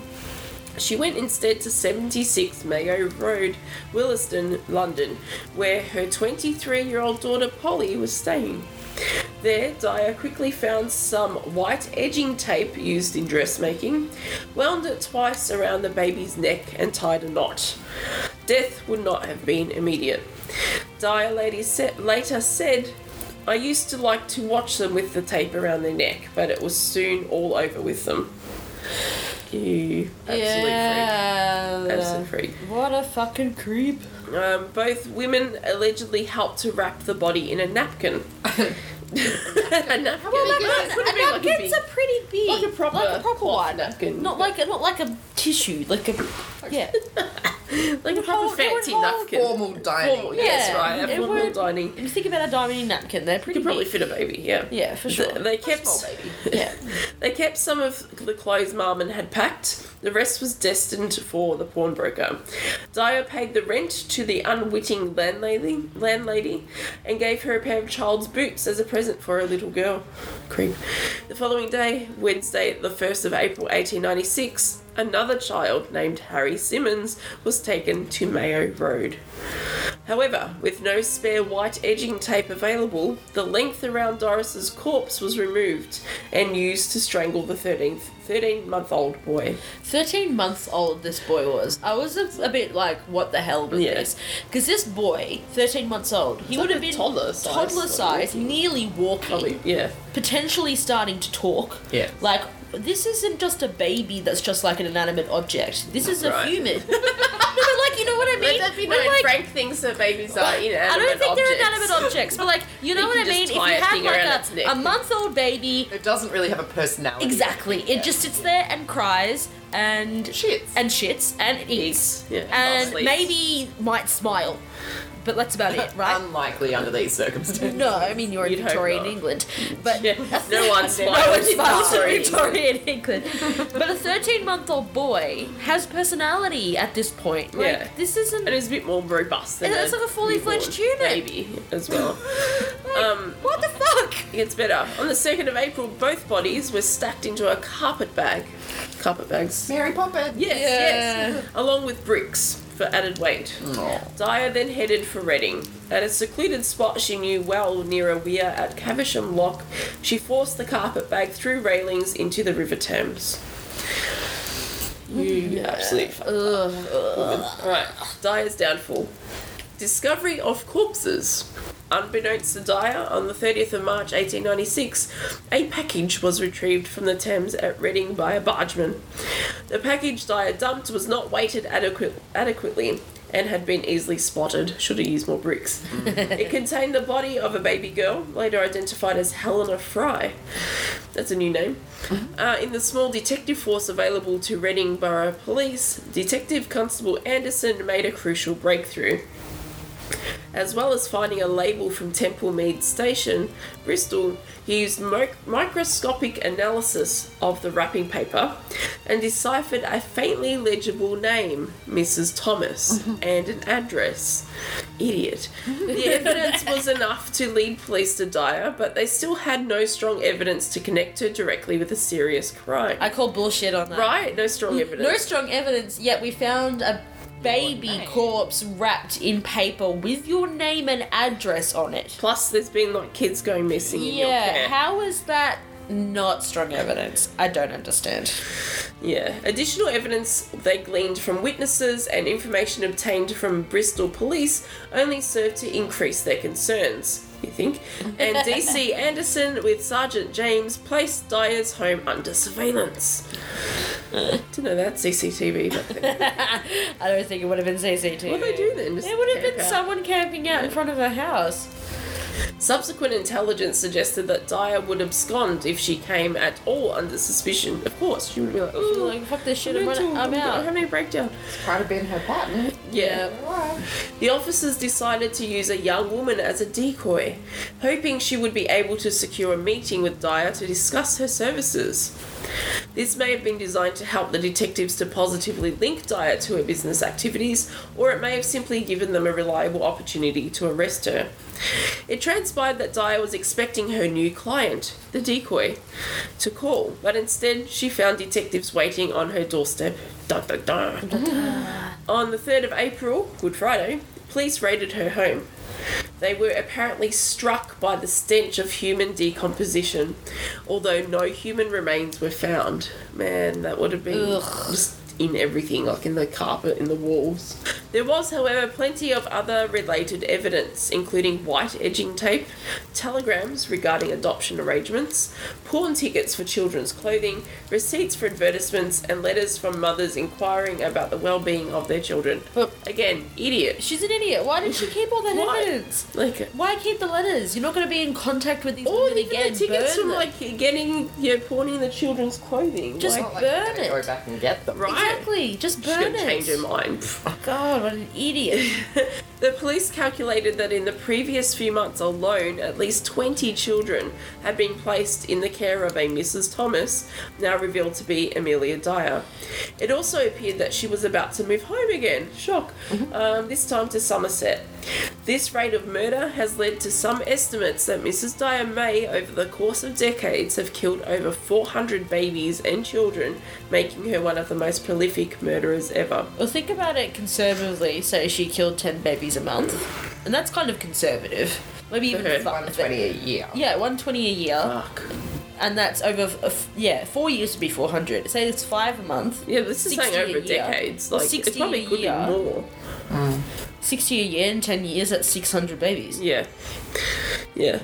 Speaker 2: she went instead to 76 Mayo Road, Williston, London, where her 23 year old daughter Polly was staying. There, Dyer quickly found some white edging tape used in dressmaking, wound it twice around the baby's neck, and tied a knot. Death would not have been immediate. Dyer lady sa- later said, I used to like to watch them with the tape around their neck, but it was soon all over with them. You absolute freak.
Speaker 1: yeah.
Speaker 2: Absolute freak.
Speaker 1: What a fucking creep.
Speaker 2: Um, both women allegedly helped to wrap the body in a napkin. a napkin.
Speaker 1: napkins,
Speaker 2: Could have been like a big-
Speaker 1: are pretty big.
Speaker 2: Like a proper
Speaker 1: like a proper
Speaker 2: cloth
Speaker 1: one.
Speaker 2: napkin.
Speaker 1: Not like a, not like a tissue. Like a yeah.
Speaker 2: like a proper
Speaker 1: whole- it would
Speaker 2: fancy
Speaker 1: hold
Speaker 2: napkin.
Speaker 3: Formal dining.
Speaker 2: Formal, yes,
Speaker 1: Yeah,
Speaker 2: right. A
Speaker 1: it
Speaker 2: formal
Speaker 1: would-
Speaker 2: dining.
Speaker 1: If you think about a diamond napkin, they're
Speaker 2: You
Speaker 1: pretty.
Speaker 2: could probably
Speaker 1: big.
Speaker 2: fit a baby. Yeah.
Speaker 1: Yeah, for sure.
Speaker 2: They, they kept.
Speaker 3: Small baby.
Speaker 1: yeah.
Speaker 2: They kept some of the clothes Marmon had packed. The rest was destined for the pawnbroker. Dyer paid the rent to the unwitting landlady, landlady and gave her a pair of child's boots as a present for her little girl. Creep. The following day, Wednesday, the 1st of April 1896, another child named Harry Simmons was taken to Mayo Road. However, with no spare white edging tape available, the length around Doris's corpse was removed and used to strangle the 13th, 13 month old boy.
Speaker 1: 13 months old this boy was. I was a, a bit like, what the hell with
Speaker 2: Yeah.
Speaker 1: this? Because this boy, 13 months old, he
Speaker 2: It's like
Speaker 1: would have
Speaker 2: a
Speaker 1: been
Speaker 2: toddler size,
Speaker 1: toddler
Speaker 2: sort of,
Speaker 1: size,
Speaker 2: isn't it?
Speaker 1: nearly walking,
Speaker 2: Probably, yeah.
Speaker 1: potentially starting to talk.
Speaker 3: Yeah.
Speaker 1: Like, this isn't just a baby that's just like an inanimate object. This is a
Speaker 2: Right.
Speaker 1: human. no, but like, you know what I mean? We're like-
Speaker 2: Frank thinks that babies are inanimate
Speaker 1: I don't think they're inanimate objects, but like, you know
Speaker 2: You
Speaker 1: what
Speaker 2: can
Speaker 1: I
Speaker 2: just
Speaker 1: mean? If you
Speaker 2: tie a
Speaker 1: had
Speaker 2: thing around its
Speaker 1: like
Speaker 2: neck.
Speaker 1: a, a month old baby,
Speaker 3: It doesn't really have a personality.
Speaker 1: Exactly. It
Speaker 3: Yeah.
Speaker 1: just sits there and cries and
Speaker 3: Shits.
Speaker 1: and shits and eats,
Speaker 2: Yeah.
Speaker 1: and
Speaker 2: Sleeps.
Speaker 1: maybe might smile, but that's about it,
Speaker 2: Um,
Speaker 1: right?
Speaker 3: Unlikely under these circumstances.
Speaker 1: no, I mean you're in
Speaker 2: You'd hope
Speaker 1: Victorian
Speaker 2: not.
Speaker 1: England, but
Speaker 2: Yeah, no one smiles.
Speaker 1: no one
Speaker 2: in
Speaker 1: smiles in
Speaker 2: Victorian England.
Speaker 1: Victorian England. but a 13 month old boy has personality at this point. Like
Speaker 2: Yeah.
Speaker 1: this isn't.
Speaker 2: And it's a bit more robust than
Speaker 1: And it's
Speaker 2: a
Speaker 1: like a fully
Speaker 2: newborn
Speaker 1: fledged human.
Speaker 2: baby as well.
Speaker 1: like,
Speaker 2: um,
Speaker 1: what the fuck?
Speaker 2: It gets better. On the 2nd of April, both bodies were stacked into a carpet bag. Carpet bags.
Speaker 3: Mary Poppins.
Speaker 2: Yes, yes. Along with bricks for added weight. Dyer then headed for Reading. At a secluded spot she knew well near a weir at Cavisham Lock, she forced the carpet bag through railings into the River Thames. You absolute fuck. Alright, Dyer's downfall. Discovery of corpses. Unbeknownst to Dyer, on the 30th of March 1896, a package was retrieved from the Thames at Reading by a bargeman. The package Dyer dumped was not weighted adequate, adequately and had been easily spotted. Should have used more bricks. it contained the body of a baby girl, later identified as Helena Fry. That's a new name. Uh, in the small detective force available to Reading Borough Police, Detective Constable Anderson made a crucial breakthrough. As well as finding a label from Templemead Station, Bristol, he used mic- microscopic analysis of the wrapping paper and deciphered a faintly legible name, Mrs. Thomas,
Speaker 1: Mm-hmm.
Speaker 2: and an address. Idiot. The
Speaker 1: Mm-hmm.
Speaker 2: evidence was enough to lead police to Dyer, but they still had no strong evidence to connect her directly with a serious crime.
Speaker 1: I call bullshit on that.
Speaker 2: right? No strong evidence.
Speaker 1: No strong evidence, yet we found a baby
Speaker 3: name.
Speaker 1: corpse wrapped in paper with your name and address on it.
Speaker 2: Plus, there's been like kids going missing in your
Speaker 1: Yeah,
Speaker 2: care.
Speaker 1: how is that not strong evidence? I don't understand.
Speaker 2: Yeah. Additional evidence they gleaned from witnesses and information obtained from Bristol police only served to increase their concerns, you think? And DC Anderson with Sergeant James placed Dyer's home under surveillance. Didn't know that CCTV. But they-
Speaker 1: I don't think it would have been CCTV.
Speaker 2: what do they do then? Just
Speaker 1: It would have
Speaker 2: camp
Speaker 1: been
Speaker 2: out?
Speaker 1: someone camping out in front of her house.
Speaker 2: Subsequent intelligence suggested that Dyer would abscond if she came at all under suspicion. Of course, she would be like,
Speaker 1: She's
Speaker 2: "Ooh,
Speaker 1: like, fuck this shit, I'm,
Speaker 2: mental,
Speaker 1: running, I'm
Speaker 2: I'm
Speaker 1: out.
Speaker 2: having a breakdown."
Speaker 3: Might have been her partner.
Speaker 2: Yeah.
Speaker 3: Alright.
Speaker 2: The officers decided to use a young woman as a decoy, hoping she would be able to secure a meeting with Dyer to discuss her services. This may have been designed to help the detectives to positively link Dyer to her business activities, or it may have simply given them a reliable opportunity to arrest her. It transpired that Dyer was expecting her new client, the decoy, to call, but instead she found detectives waiting on her doorstep. Dun, dun, dun. On the 3rd of April, Good Friday, police raided her home. They were apparently struck by the stench of human decomposition, although no human remains were found. Man, that would have been
Speaker 1: Ugh.
Speaker 2: just in everything, like in the carpet, in the walls. There was, however, plenty of other related evidence, including white edging tape, telegrams regarding adoption arrangements, porn tickets for children's clothing, receipts for advertisements, and letters from mothers inquiring about the well-being of their children.
Speaker 1: But-
Speaker 2: Again, idiot.
Speaker 1: She's an idiot. Why did she keep all that
Speaker 2: Why?
Speaker 1: evidence?
Speaker 2: Like,
Speaker 1: Why keep the letters? You're not going to be in contact with these
Speaker 2: or
Speaker 1: women
Speaker 2: even
Speaker 1: again.
Speaker 2: the tickets
Speaker 1: Burn
Speaker 2: from
Speaker 1: them.
Speaker 2: like getting, you know, pawning the children's clothing.
Speaker 1: Just-
Speaker 2: like,
Speaker 3: Not like you're
Speaker 1: Burn
Speaker 3: gonna
Speaker 1: it.
Speaker 3: Go back and get them.
Speaker 2: right?
Speaker 1: Exactly. Just
Speaker 2: She's
Speaker 1: burn
Speaker 2: gonna change her
Speaker 1: it.
Speaker 2: mind.
Speaker 1: God, what an idiot.
Speaker 2: the police calculated that in the previous few months alone, at least 20 children had been placed in the care of a Mrs. Thomas, now revealed to be Amelia Dyer. It also appeared that she was about to move home again. Shock. Um, this time to Somerset. This rate of murder has led to some estimates that Mrs. Dyer may, over the course of decades, have killed over 400 babies and children, making her one of the most prolific murderers ever.
Speaker 1: Well, think about it conservatively. So she killed 10 babies a month. And that's kind of conservative. Maybe even
Speaker 2: Okay.
Speaker 1: five.
Speaker 3: 120 a year.
Speaker 1: Yeah, 120 a year.
Speaker 2: Fuck.
Speaker 1: and that's over, f- f- yeah, four years to be 400. Say it's five a month.
Speaker 2: Yeah, this is
Speaker 1: 60
Speaker 2: saying
Speaker 1: a
Speaker 2: over
Speaker 1: year.
Speaker 2: decades. Like, it
Speaker 1: 60
Speaker 2: probably
Speaker 1: a
Speaker 2: could be
Speaker 1: year.
Speaker 2: more.
Speaker 1: 60 a year in 10 years, that's 600 babies.
Speaker 2: Yeah. Yeah.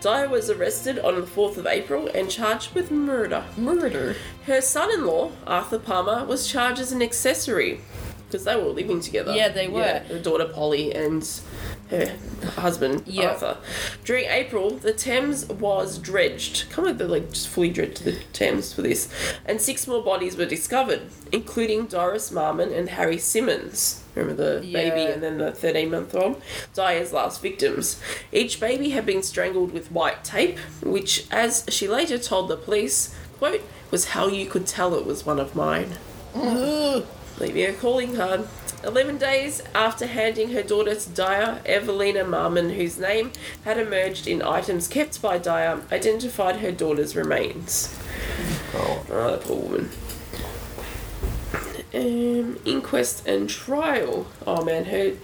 Speaker 2: Dyer was arrested on the 4th of April and charged with murder.
Speaker 1: Murder.
Speaker 2: Her son in law, Arthur Palmer, was charged as an accessory because they were living together.
Speaker 1: Yeah, they were.
Speaker 2: her daughter Polly and her husband
Speaker 1: Yeah.
Speaker 2: Arthur. During April, the Thames was dredged. Come on, they like just fully dredged the Thames for this. And six more bodies were discovered, including Doris Marmon and Harry Simmons. Remember the baby
Speaker 1: Yeah.
Speaker 2: and then the 13 month old? Dyer's last victims. Each baby had been strangled with white tape, which, as she later told the police, quote, was how you could tell it was one of mine. Leaving a calling card. 11 days after handing her daughter to Dyer, Evelina Marmon, whose name had emerged in items kept by Dyer, identified her daughter's remains.
Speaker 3: Oh.
Speaker 2: Oh, that poor woman. Um, inquest and trial. Oh man, her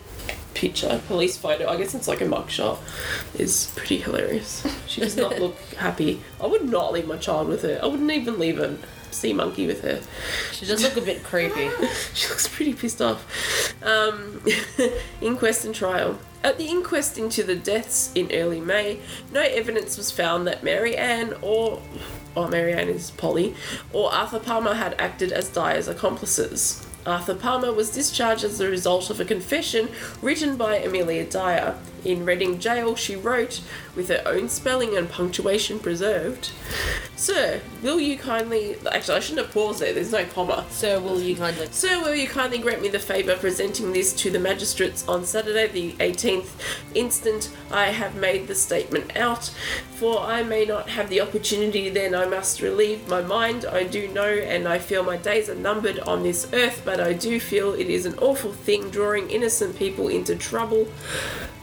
Speaker 2: picture, police photo, I guess it's like a mugshot, is pretty hilarious. She does not look happy. I would not leave my child with her. I wouldn't even leave a sea monkey with her.
Speaker 1: She does look a bit creepy.
Speaker 2: She looks pretty pissed off. Um, inquest and trial. At the inquest into the deaths in early May, no evidence was found that Mary Ann or or Mary Ann is Polly or Arthur Palmer had acted as Dyer's accomplices. Arthur Palmer was discharged as a result of a confession written by Amelia Dyer. In Reading Jail, she wrote, with her own spelling and punctuation preserved, Sir, will you kindly. Actually, I shouldn't have paused there, there's no comma.
Speaker 1: So will you kindly?
Speaker 2: Sir, will you kindly grant me the favour of presenting this to the magistrates on Saturday the 18th instant I have made the statement out, for I may not have the opportunity then I must relieve my mind. I do know and I feel my days are numbered on this earth, but I do feel it is an awful thing drawing innocent people into trouble.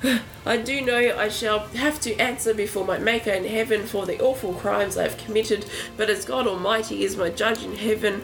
Speaker 2: I do know I shall have to answer before my Maker in heaven for the awful crimes I have committed, but as God Almighty is my judge in heaven,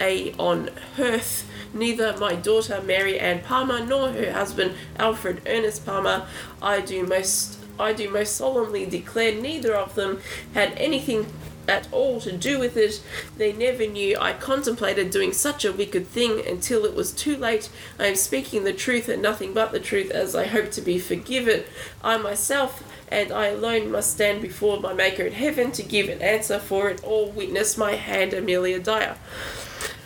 Speaker 2: a on Hearth. Neither my daughter Mary Ann Palmer nor her husband Alfred Ernest Palmer, I do most I do most solemnly declare neither of them had anything at all to do with it. They never knew I contemplated doing such a wicked thing until it was too late. I am speaking the truth and nothing but the truth, as I hope to be forgiven. I myself and I alone must stand before my Maker in heaven to give an answer for it all. Witness my hand, Amelia Dyer.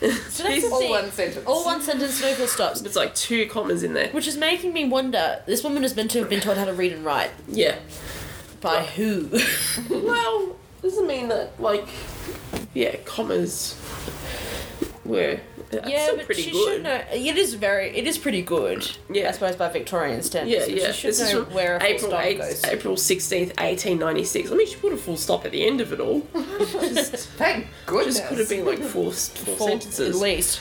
Speaker 1: So that's the
Speaker 3: All
Speaker 1: thing.
Speaker 3: one sentence.
Speaker 1: All one sentence, no full stops.
Speaker 2: It's like two commas in there.
Speaker 1: Which is making me wonder. This woman is meant to have been taught how to read and write
Speaker 2: Yeah.
Speaker 1: by who?
Speaker 2: Well, doesn't mean that like, yeah, commas were that's
Speaker 1: yeah,
Speaker 2: still
Speaker 1: but
Speaker 2: pretty
Speaker 1: she
Speaker 2: good.
Speaker 1: should know. It is very. It is pretty good.
Speaker 2: Yeah.
Speaker 1: I suppose by Victorian
Speaker 2: Yeah,
Speaker 1: standards. but
Speaker 2: yeah.
Speaker 1: She should
Speaker 2: This is
Speaker 1: know
Speaker 2: from
Speaker 1: where a full
Speaker 2: April
Speaker 1: stop
Speaker 2: eight-
Speaker 1: goes.
Speaker 2: April sixteenth, eighteen ninety six. I mean, she put a full stop at the end of it all. Just,
Speaker 3: Thank goodness.
Speaker 2: just could have been like four, four,
Speaker 1: Full-
Speaker 2: sentences.
Speaker 1: At least.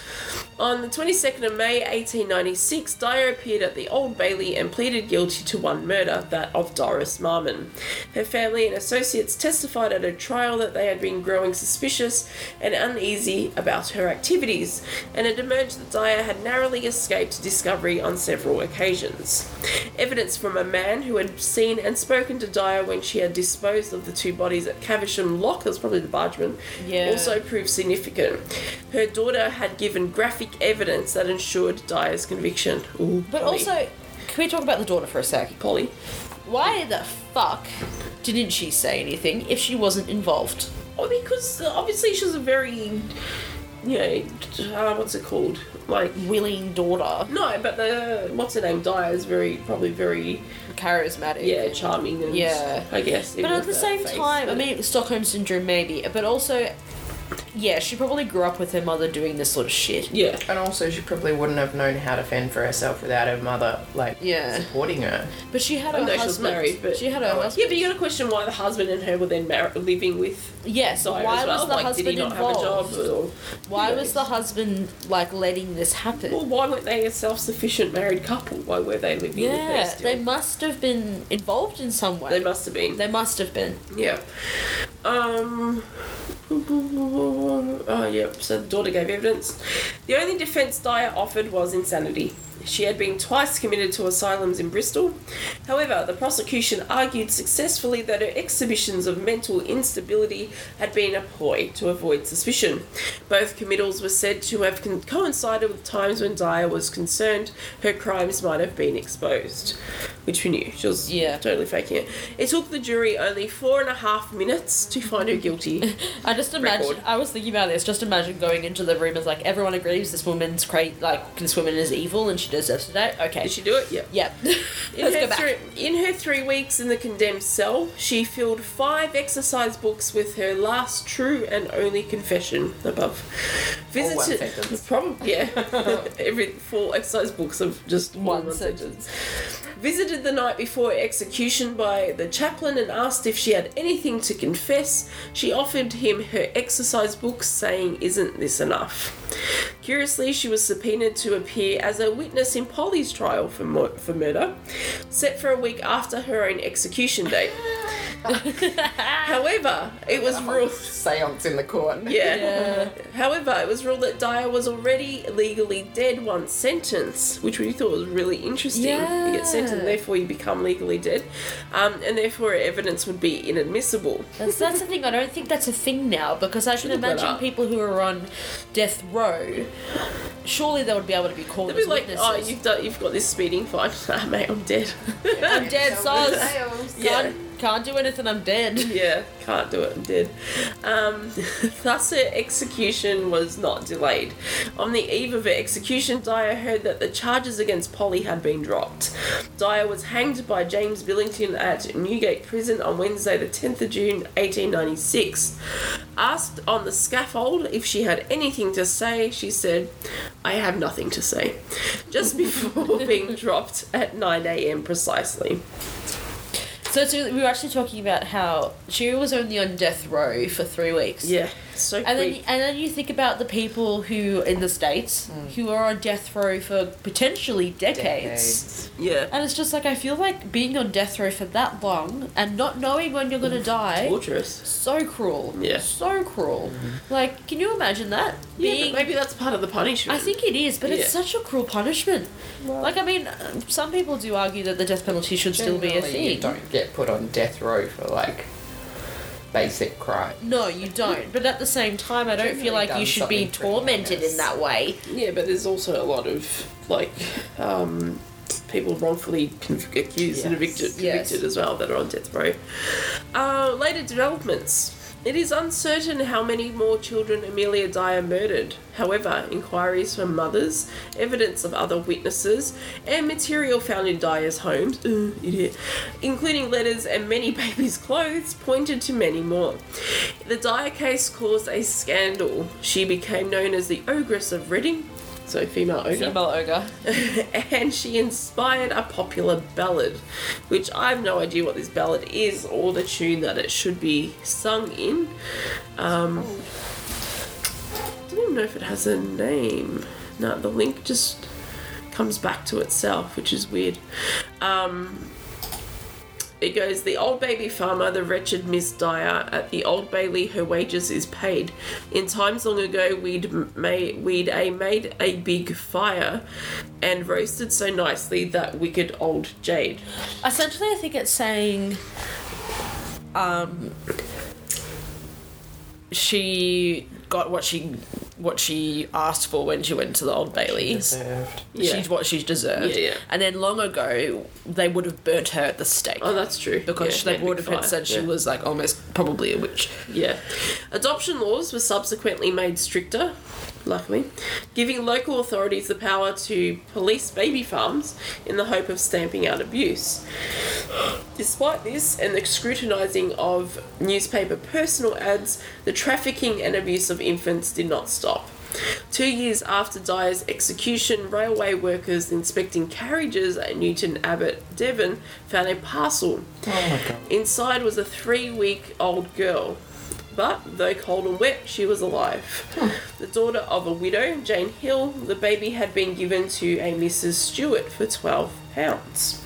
Speaker 2: On the 22nd of May 1896, Dyer appeared at the Old Bailey and pleaded guilty to one murder, that of Doris Marmon. Her family and associates testified at a trial that they had been growing suspicious and uneasy about her activities, and it emerged that Dyer had narrowly escaped discovery on several occasions. Evidence from a man who had seen and spoken to Dyer when she had disposed of the two bodies at Caversham Lock, that's probably the bargeman,
Speaker 1: Yeah.
Speaker 2: also proved significant. Her daughter had given graphic evidence that ensured Dyer's conviction. Ooh,
Speaker 1: But
Speaker 2: Polly.
Speaker 1: also, can we talk about the daughter for a sec?
Speaker 2: Polly.
Speaker 1: Why the fuck didn't she say anything if she wasn't involved?
Speaker 2: Oh, because uh, obviously she's a very, you know, uh, what's it called? Like,
Speaker 1: Willing daughter,
Speaker 2: no, but the what's her name? Dyer is very probably very
Speaker 1: charismatic.
Speaker 2: yeah charming and
Speaker 1: Yeah.
Speaker 2: I guess.
Speaker 1: But
Speaker 2: even
Speaker 1: at
Speaker 2: with
Speaker 1: the
Speaker 2: that
Speaker 1: same
Speaker 2: face,
Speaker 1: time, I
Speaker 2: but-
Speaker 1: mean, Stockholm syndrome maybe, but also, yeah, she probably grew up with her mother doing this sort of shit.
Speaker 2: yeah.
Speaker 3: And also, she probably wouldn't have known how to fend for herself without her mother, like,
Speaker 1: Yeah.
Speaker 3: supporting her.
Speaker 1: But she had
Speaker 2: I
Speaker 1: her
Speaker 2: know she was
Speaker 1: husband.
Speaker 2: married, but
Speaker 1: she had her
Speaker 2: Yeah,
Speaker 1: husband.
Speaker 2: but you got to question why the husband and her were then mar- living with
Speaker 1: yes.
Speaker 2: Dyer
Speaker 1: why
Speaker 2: as well.
Speaker 1: was the
Speaker 2: like,
Speaker 1: husband
Speaker 2: did he not
Speaker 1: involved?
Speaker 2: have a job? Or,
Speaker 1: Why
Speaker 2: you know.
Speaker 1: was the husband like letting this happen?
Speaker 2: Well, why weren't they a self-sufficient married couple? Why were they living with her
Speaker 1: yeah,
Speaker 2: still?
Speaker 1: they must have been involved in some way.
Speaker 2: They must have been.
Speaker 1: They must have been.
Speaker 2: Yeah. Um. Oh, yeah. So the daughter gave evidence. The only defence Dyer offered was insanity. She had been twice committed to asylums in Bristol. However, the prosecution argued successfully that her exhibitions of mental instability had been a ploy to avoid suspicion. Both committals were said to have con- coincided with times when Dyer was concerned her crimes might have been exposed, which we knew. She was
Speaker 1: Yeah.
Speaker 2: totally faking it. It took the jury only four and a half minutes to find her guilty.
Speaker 1: I just imagine.
Speaker 2: Record.
Speaker 1: I was thinking about this. Just imagine going into the room as like everyone agrees this woman's crazy. Like this woman is evil and she deserves to die. Okay.
Speaker 2: Did she do it? Yeah.
Speaker 1: Yep.
Speaker 2: In
Speaker 1: Let's
Speaker 2: her,
Speaker 1: go back.
Speaker 2: Three, in her three weeks in the condemned cell, she filled five exercise books with her last true and only confession above.
Speaker 3: All one
Speaker 2: Visited.
Speaker 3: sentence.
Speaker 2: Probably, yeah. Every full exercise books of just
Speaker 1: One
Speaker 2: one,
Speaker 1: sentence.
Speaker 2: sentence. Visited the night before execution by the chaplain and asked if she had anything to confess. She offered him her exercise book, saying, Isn't this enough? Curiously, she was subpoenaed to appear as a witness in Polly's trial for, mur- for murder, set for a week after her own execution date. However, it was ruled.
Speaker 3: Seance in the court.
Speaker 2: Yeah. However, it was ruled that Dyer was already legally dead once sentenced, which we thought was really interesting. You
Speaker 1: Yeah.
Speaker 2: get sentenced, therefore you become legally dead, um, and therefore evidence would be inadmissible.
Speaker 1: That's, that's the thing. I don't think that's a thing now because I can
Speaker 2: Look that
Speaker 1: imagine
Speaker 2: up.
Speaker 1: people who are on death row. Surely they would be able to be called
Speaker 2: They'd
Speaker 1: as
Speaker 2: be like,
Speaker 1: witnesses.
Speaker 2: "Oh, you've done, you've got this speeding fine, ah, mate. I'm dead.
Speaker 1: I'm dead, Soz.
Speaker 2: yeah.
Speaker 1: Can't, can't do anything. I'm dead.
Speaker 2: yeah, can't do it. I'm dead." Um, thus, her execution was not delayed. On the eve of her execution, Dyer heard that the charges against Polly had been dropped. Dyer was hanged by James Billington at Newgate Prison on Wednesday, the 10th of June, 1896. Asked on the scaffold if she had anything to say, she said, I have nothing to say, just before being dropped at 9 a.m. precisely.
Speaker 1: So, so we were actually talking about how she was only on death row for three weeks.
Speaker 2: Yeah, so
Speaker 1: And then,
Speaker 2: quick.
Speaker 1: and then you think about the people who in the states
Speaker 2: Hmm.
Speaker 1: who are on death row for potentially decades.
Speaker 2: yeah.
Speaker 1: and it's just like I feel like being on death row for that long and not knowing when you're gonna die.
Speaker 2: Torturous.
Speaker 1: So cruel.
Speaker 2: Yeah.
Speaker 1: So cruel. Like, can you imagine that?
Speaker 2: Yeah, but maybe that's part of the punishment.
Speaker 1: I think it is, but
Speaker 2: Yeah.
Speaker 1: it's such a cruel punishment. like, I mean, uh, some people do argue that the death penalty should still be a
Speaker 3: Generally, You
Speaker 1: thing.
Speaker 3: don't get put on death row for like basic crime.
Speaker 1: No, you don't. But at the same time, I don't feel
Speaker 3: Generally
Speaker 1: like you
Speaker 3: done
Speaker 1: should be
Speaker 3: something pretty
Speaker 1: tormented
Speaker 3: heinous.
Speaker 1: in that way.
Speaker 2: Yeah, but there's also a lot of like um, people wrongfully conv- accused and
Speaker 3: Yes.
Speaker 2: evicted, convicted
Speaker 1: Yes.
Speaker 2: as well that are on death row. Uh, later developments. It is uncertain how many more children Amelia Dyer murdered. However, inquiries from mothers, evidence of other witnesses, and material found in Dyer's homes, ugh, idiot, including letters and many babies' clothes, pointed to many more. The Dyer case caused a scandal. She became known as the Ogress of Reading, so female ogre
Speaker 1: Female ogre.
Speaker 2: and she inspired a popular ballad, which I have no idea what this ballad is or the tune that it should be sung in. Um, don't even know if it has a name. No, the link just comes back to itself, which is weird. Um, it goes the old baby farmer, the wretched Miss Dyer at the Old Bailey, her wages is paid. In times long ago, we'd m- made we'd a made a big fire, and roasted so nicely that wicked old jade.
Speaker 1: Essentially, I think it's saying, um, she got what she what she asked for when she went to the Old Bailey.
Speaker 3: Served.
Speaker 2: Yeah.
Speaker 1: She's what she's deserved.
Speaker 2: Yeah, yeah.
Speaker 1: And then long ago, they would have burnt her at the stake.
Speaker 2: Oh, that's true.
Speaker 1: because
Speaker 2: Yeah,
Speaker 1: they
Speaker 2: made
Speaker 1: would
Speaker 2: big
Speaker 1: have had
Speaker 2: fire.
Speaker 1: said she
Speaker 2: Yeah.
Speaker 1: was like almost probably a witch.
Speaker 2: Yeah. Adoption laws were subsequently made stricter, luckily, giving local authorities the power to police baby farms in the hope of stamping out abuse. Despite this and the scrutinising of newspaper personal ads, the trafficking and abuse of infants did not stop. Two years after Dyer's execution, railway workers inspecting carriages at Newton Abbott, Devon, found a parcel
Speaker 3: Oh my god.
Speaker 2: Inside was a three week old girl, but though cold and wet, she was alive.
Speaker 1: Hmm.
Speaker 2: The daughter of a widow, Jane Hill, the baby had been given to a Mrs. Stewart for £12.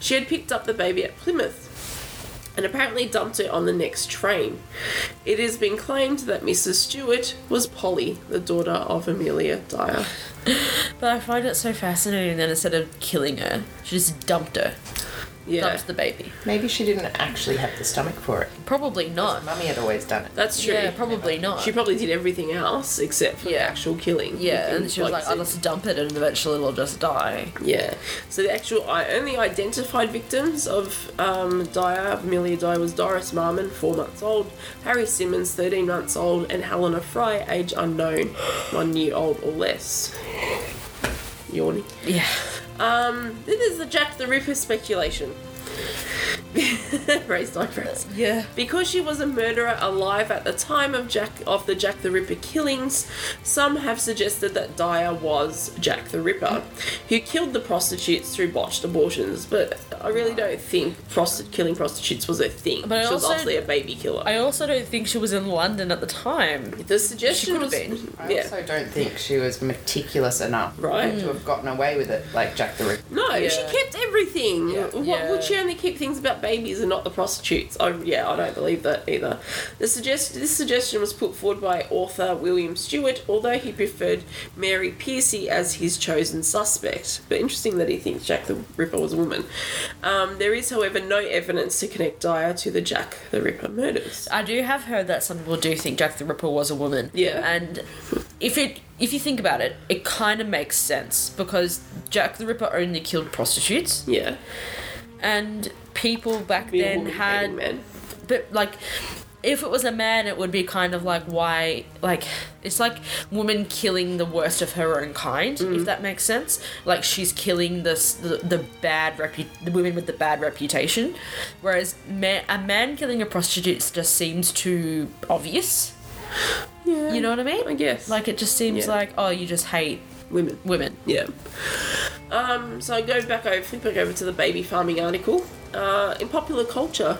Speaker 2: She had picked up the baby at Plymouth and apparently dumped it on the next train. It has been claimed that Mrs. Stewart was Polly, the daughter of Amelia Dyer.
Speaker 1: But I find it so fascinating that instead of killing her, she just dumped her,
Speaker 2: Yeah.
Speaker 1: dumped the baby.
Speaker 3: Maybe she didn't actually have the stomach for it.
Speaker 1: Probably not.
Speaker 3: Mummy had always done it.
Speaker 2: That's true.
Speaker 1: Yeah, probably not.
Speaker 2: She probably did everything else except for
Speaker 1: Yeah.
Speaker 2: the actual killing.
Speaker 1: yeah,
Speaker 2: You
Speaker 1: and
Speaker 2: can,
Speaker 1: she was like,
Speaker 2: you
Speaker 1: "I'll
Speaker 2: said,
Speaker 1: just dump it, and eventually it'll just die."
Speaker 2: Yeah. So the actual, I only identified victims of um, Dyer, Amelia Dyer, was Doris Marmon, four months old, Harry Simmons, 13 months old, and Helena Fry, age unknown, one year old or less. Yawning.
Speaker 1: Yeah.
Speaker 2: Um, this is the Jack the Ripper speculation. Raised eyebrows.
Speaker 1: Yeah.
Speaker 2: Because she was a murderer alive at the time of Jack of the Jack the Ripper killings, some have suggested that Dyer was Jack the Ripper, who killed the prostitutes through botched abortions. But I really don't think prosti- killing prostitutes was a thing.
Speaker 1: But I
Speaker 2: she was
Speaker 1: also-
Speaker 2: obviously a baby killer.
Speaker 1: I also don't think she was in London at the time.
Speaker 2: the suggestion
Speaker 1: could have
Speaker 2: was,
Speaker 1: been.
Speaker 3: I
Speaker 2: yeah,
Speaker 3: also don't think she was meticulous enough
Speaker 2: Right.
Speaker 3: to have gotten away with it like Jack the Ripper.
Speaker 2: no, she
Speaker 1: Yeah.
Speaker 2: kept everything.
Speaker 3: Yeah.
Speaker 2: What
Speaker 1: Yeah.
Speaker 2: would she only keep things about babies and not the prostitutes? I, yeah, I don't believe that either. The suggest this suggestion was put forward by author William Stewart, although he preferred Mary Piercy as his chosen suspect. But interesting that he thinks Jack the Ripper was a woman. Um, there is, however, no evidence to connect Dyer to the Jack the Ripper murders.
Speaker 1: I do have heard that some people do think Jack the Ripper was a woman.
Speaker 2: Yeah.
Speaker 1: And if it if you think about it, it kind of makes sense because Jack the Ripper only killed prostitutes
Speaker 2: Yeah,
Speaker 1: and people back
Speaker 2: Be a
Speaker 1: then
Speaker 2: woman-hating
Speaker 1: had
Speaker 2: man.
Speaker 1: but like if it was a man it would be kind of like why like it's like woman killing the worst of her own kind
Speaker 2: Mm.
Speaker 1: if that makes sense like she's killing the s- the, the bad repu- the women with the bad reputation whereas man, a man killing a prostitute just seems too obvious
Speaker 2: Yeah,
Speaker 1: you know what i mean
Speaker 2: I guess
Speaker 1: like it just seems
Speaker 2: Yeah.
Speaker 1: like oh you just hate
Speaker 2: women.
Speaker 1: women
Speaker 2: Yeah. Um, so I go back over, flip back over to the baby farming article uh, in popular culture,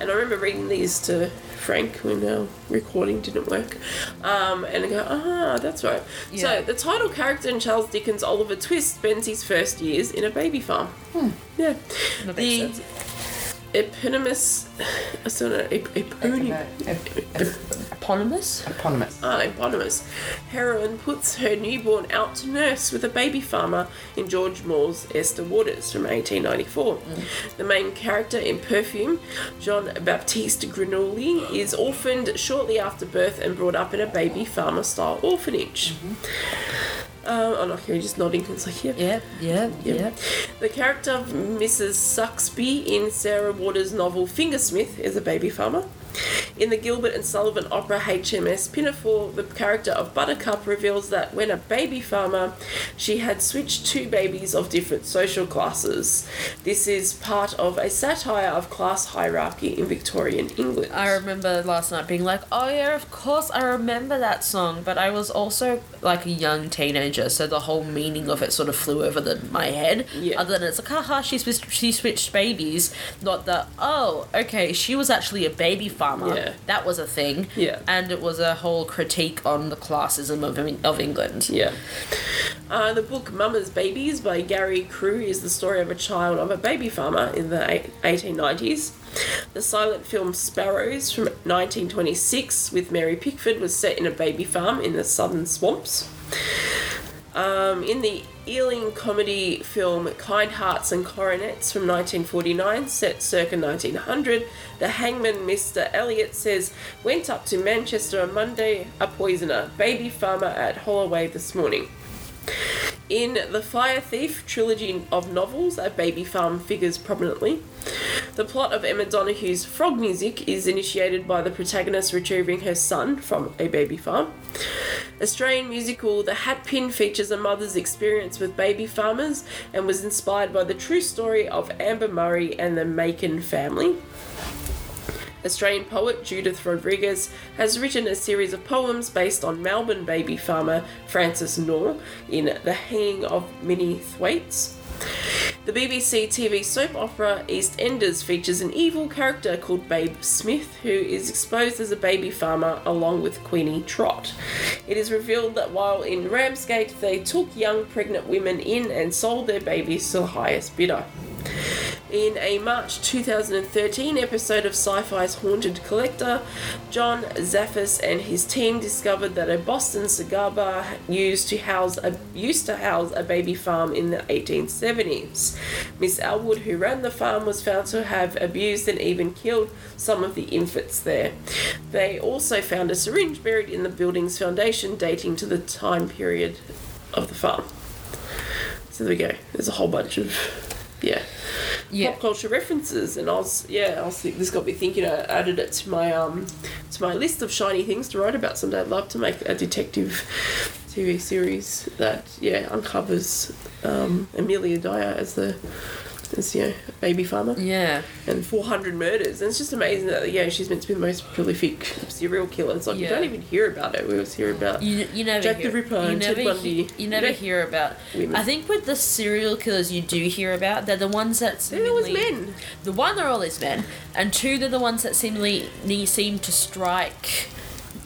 Speaker 2: and I remember reading these to Frank when our recording didn't work, um, and I go, ah, that's right.
Speaker 1: Yeah.
Speaker 2: So the title character in Charles Dickens' Oliver Twist spends his first years in a baby farm. Yeah.
Speaker 1: That
Speaker 2: the
Speaker 1: makes sense.
Speaker 2: eponymous. I still don't know. Ep- eponym.
Speaker 1: Eponymous?
Speaker 3: Eponymous.
Speaker 2: Ah, eponymous. Heroine puts her newborn out to nurse with a baby farmer in George Moore's Esther Waters from 1894. The main character in Perfume, Jean Baptiste Grinoli, is orphaned shortly after birth and brought up in a baby farmer style orphanage. Um, oh no, you're just nodding. It's like, yeah.
Speaker 1: Yeah, yeah,
Speaker 2: Yep. The character of Mrs. Suxby in Sarah Waters' novel Fingersmith is a baby farmer. In the Gilbert and Sullivan opera HMS Pinafore, the character of Buttercup reveals that when a baby farmer, she had switched two babies of different social classes. This is part of a satire of class hierarchy in Victorian England.
Speaker 1: I remember last night being like, oh yeah, of course I remember that song, but I was also like a young teenager, so the whole meaning of it sort of flew over the, my head.
Speaker 2: Yeah.
Speaker 1: Other than it's like, haha, she switched, she switched babies, not the, oh, okay, she was actually a baby farmer.
Speaker 2: Yeah.
Speaker 1: That was a thing.
Speaker 2: Yeah.
Speaker 1: And it was a whole critique on the classism of, Eng- of England.
Speaker 2: Yeah. Uh, the book Mama's Babies by Gary Crew is the story of a child of a baby farmer in the eight- 1890s. The silent film Sparrows from 1926 with Mary Pickford was set in a baby farm in the southern swamps. Um, in the Ealing comedy film Kind Hearts and Coronets from 1949, set circa 1900, the hangman Mr. Elliot says, Went up to Manchester on Monday, a poisoner, baby farmer at Holloway this morning. In the Fire Thief trilogy of novels, a baby farm figures prominently. The plot of Emma Donohue's Frog Music is initiated by the protagonist retrieving her son from a baby farm. Australian musical The Hatpin features a mother's experience with baby farmers and was inspired by the true story of Amber Murray and the Macon family. Australian poet Judith Rodriguez has written a series of poems based on Melbourne baby farmer Francis Knorr in The Hanging of Minnie Thwaites. The BBC TV soap opera EastEnders features an evil character called Babe Smith who is exposed as a baby farmer along with Queenie Trot. It is revealed that while in Ramsgate they took young pregnant women in and sold their babies to the highest bidder. In a March 2013 episode of Sci Fi's Haunted Collector, John Zaffis and his team discovered that a Boston cigar bar used to house a, used to house a baby farm in the 1870s. Miss Elwood, who ran the farm, was found to have abused and even killed some of the infants there. They also found a syringe buried in the building's foundation dating to the time period of the farm. So there we go. There's a whole bunch of. Yeah
Speaker 1: Yeah.
Speaker 2: pop culture references, and I was yeah, I was think, this got me thinking. I added it to my um to my list of shiny things to write about someday. I'd love to make a detective TV series that yeah uncovers um, Amelia Dyer as the as you know baby farmer
Speaker 1: Yeah.
Speaker 2: and 400 murders. And it's just amazing that yeah she's meant to be the most prolific serial killer. It's like you
Speaker 1: Yeah.
Speaker 2: don't even hear about it. We always hear about
Speaker 1: You, you never
Speaker 2: Jack
Speaker 1: hear,
Speaker 2: the Ripper
Speaker 1: you
Speaker 2: and
Speaker 1: never
Speaker 2: Ted
Speaker 1: he-
Speaker 2: Bundy.
Speaker 1: you never
Speaker 2: Yeah.
Speaker 1: hear about.
Speaker 2: women.
Speaker 1: I think with the serial killers you do hear about, they're the ones that
Speaker 2: They're always
Speaker 1: seemingly-
Speaker 2: men.
Speaker 1: The one they're always men, and two they're the ones that seemingly ne- seem to strike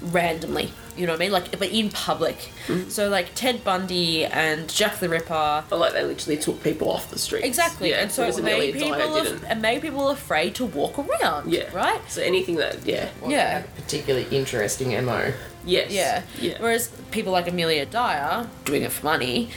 Speaker 1: randomly. You know what I mean? Like, but in public.
Speaker 2: Mm-hmm.
Speaker 1: So like Ted Bundy and Jack the Ripper.
Speaker 2: But like they literally took people off the streets.
Speaker 1: Exactly,
Speaker 2: Yeah,
Speaker 1: and so it
Speaker 2: whereas
Speaker 1: made
Speaker 2: Amelia
Speaker 1: people
Speaker 2: Dyer
Speaker 1: af-
Speaker 2: didn't.
Speaker 1: it made people afraid to walk around.
Speaker 2: Yeah.
Speaker 1: Right.
Speaker 2: So anything that yeah.
Speaker 3: Well, they
Speaker 1: Yeah.
Speaker 3: have a particularly interesting MO.
Speaker 2: Yes.
Speaker 1: Yeah.
Speaker 2: Yeah.
Speaker 1: Whereas people like Amelia Dyer doing it for money,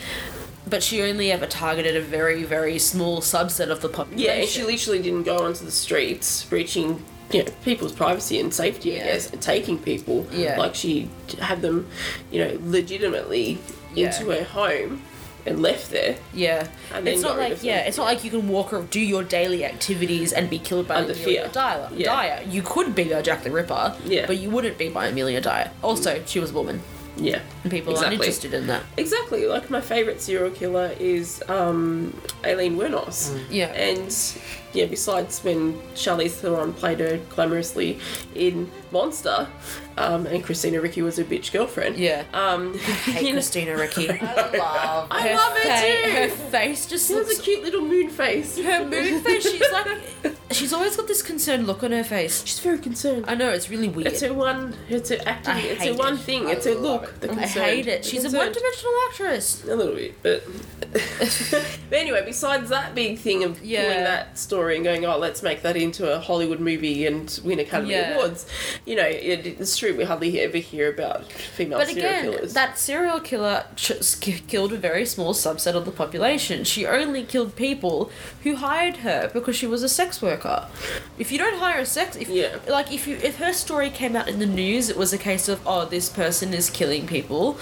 Speaker 1: but she only ever targeted a very, very small subset of the
Speaker 2: yeah,
Speaker 1: population.
Speaker 2: and she literally didn't go onto the streets breaching you know, people's privacy and safety, I
Speaker 1: Yeah.
Speaker 2: guess, and taking people.
Speaker 1: Yeah.
Speaker 2: Like she had them, you know, legitimately
Speaker 1: Yeah.
Speaker 2: into her home and left there.
Speaker 1: Yeah.
Speaker 2: And then
Speaker 1: It's
Speaker 2: got
Speaker 1: not
Speaker 2: rid
Speaker 1: like
Speaker 2: of them.
Speaker 1: yeah, it's not like you can walk or do your daily activities and be killed by
Speaker 2: Under
Speaker 1: Amelia
Speaker 2: fear.
Speaker 1: Dyer.
Speaker 2: Yeah.
Speaker 1: Dyer. You could be by Jack the Ripper,
Speaker 2: Yeah.
Speaker 1: but you wouldn't be by Amelia Dyer. Also, she was a woman.
Speaker 2: Yeah.
Speaker 1: And people
Speaker 2: Exactly.
Speaker 1: aren't interested in that.
Speaker 2: Exactly. Like my favourite serial killer is um, Aileen Wernos.
Speaker 1: Yeah.
Speaker 2: And yeah, besides when Charlize Theron played her glamorously in Monster, um, and Christina Ricci was her bitch girlfriend.
Speaker 1: Yeah.
Speaker 2: Um,
Speaker 1: Hey,
Speaker 2: you know,
Speaker 1: Christina Ricky.
Speaker 3: I love.
Speaker 2: I love her too.
Speaker 1: Her face just
Speaker 2: She has
Speaker 1: looks
Speaker 2: a cute little moon face.
Speaker 1: her moon face. She's like, she's always got this concerned look on her face.
Speaker 2: She's very concerned.
Speaker 1: I know it's really weird.
Speaker 2: It's her one. It's her acting.
Speaker 1: I
Speaker 2: It's
Speaker 1: hate
Speaker 2: her one
Speaker 1: it.
Speaker 2: thing.
Speaker 3: I
Speaker 2: it's her
Speaker 3: love
Speaker 2: look.
Speaker 3: it.
Speaker 2: The
Speaker 1: I
Speaker 2: concern.
Speaker 1: hate it.
Speaker 2: The
Speaker 1: She's a
Speaker 2: concern.
Speaker 1: one-dimensional actress.
Speaker 2: A little bit, but. but anyway, besides that big thing of
Speaker 1: Yeah.
Speaker 2: pulling that story and going, oh, let's make that into a Hollywood movie and win Academy
Speaker 1: Yeah.
Speaker 2: Awards, you know, it, it's true. We hardly ever hear about female
Speaker 1: But
Speaker 2: serial
Speaker 1: again,
Speaker 2: killers.
Speaker 1: that serial killer ch- sk- killed a very small subset of the population. She only killed people who hired her because she was a sex worker. If you don't hire a sex, if,
Speaker 2: Yeah.
Speaker 1: like if you if her story came out in the news, it was a case of oh, this person is killing people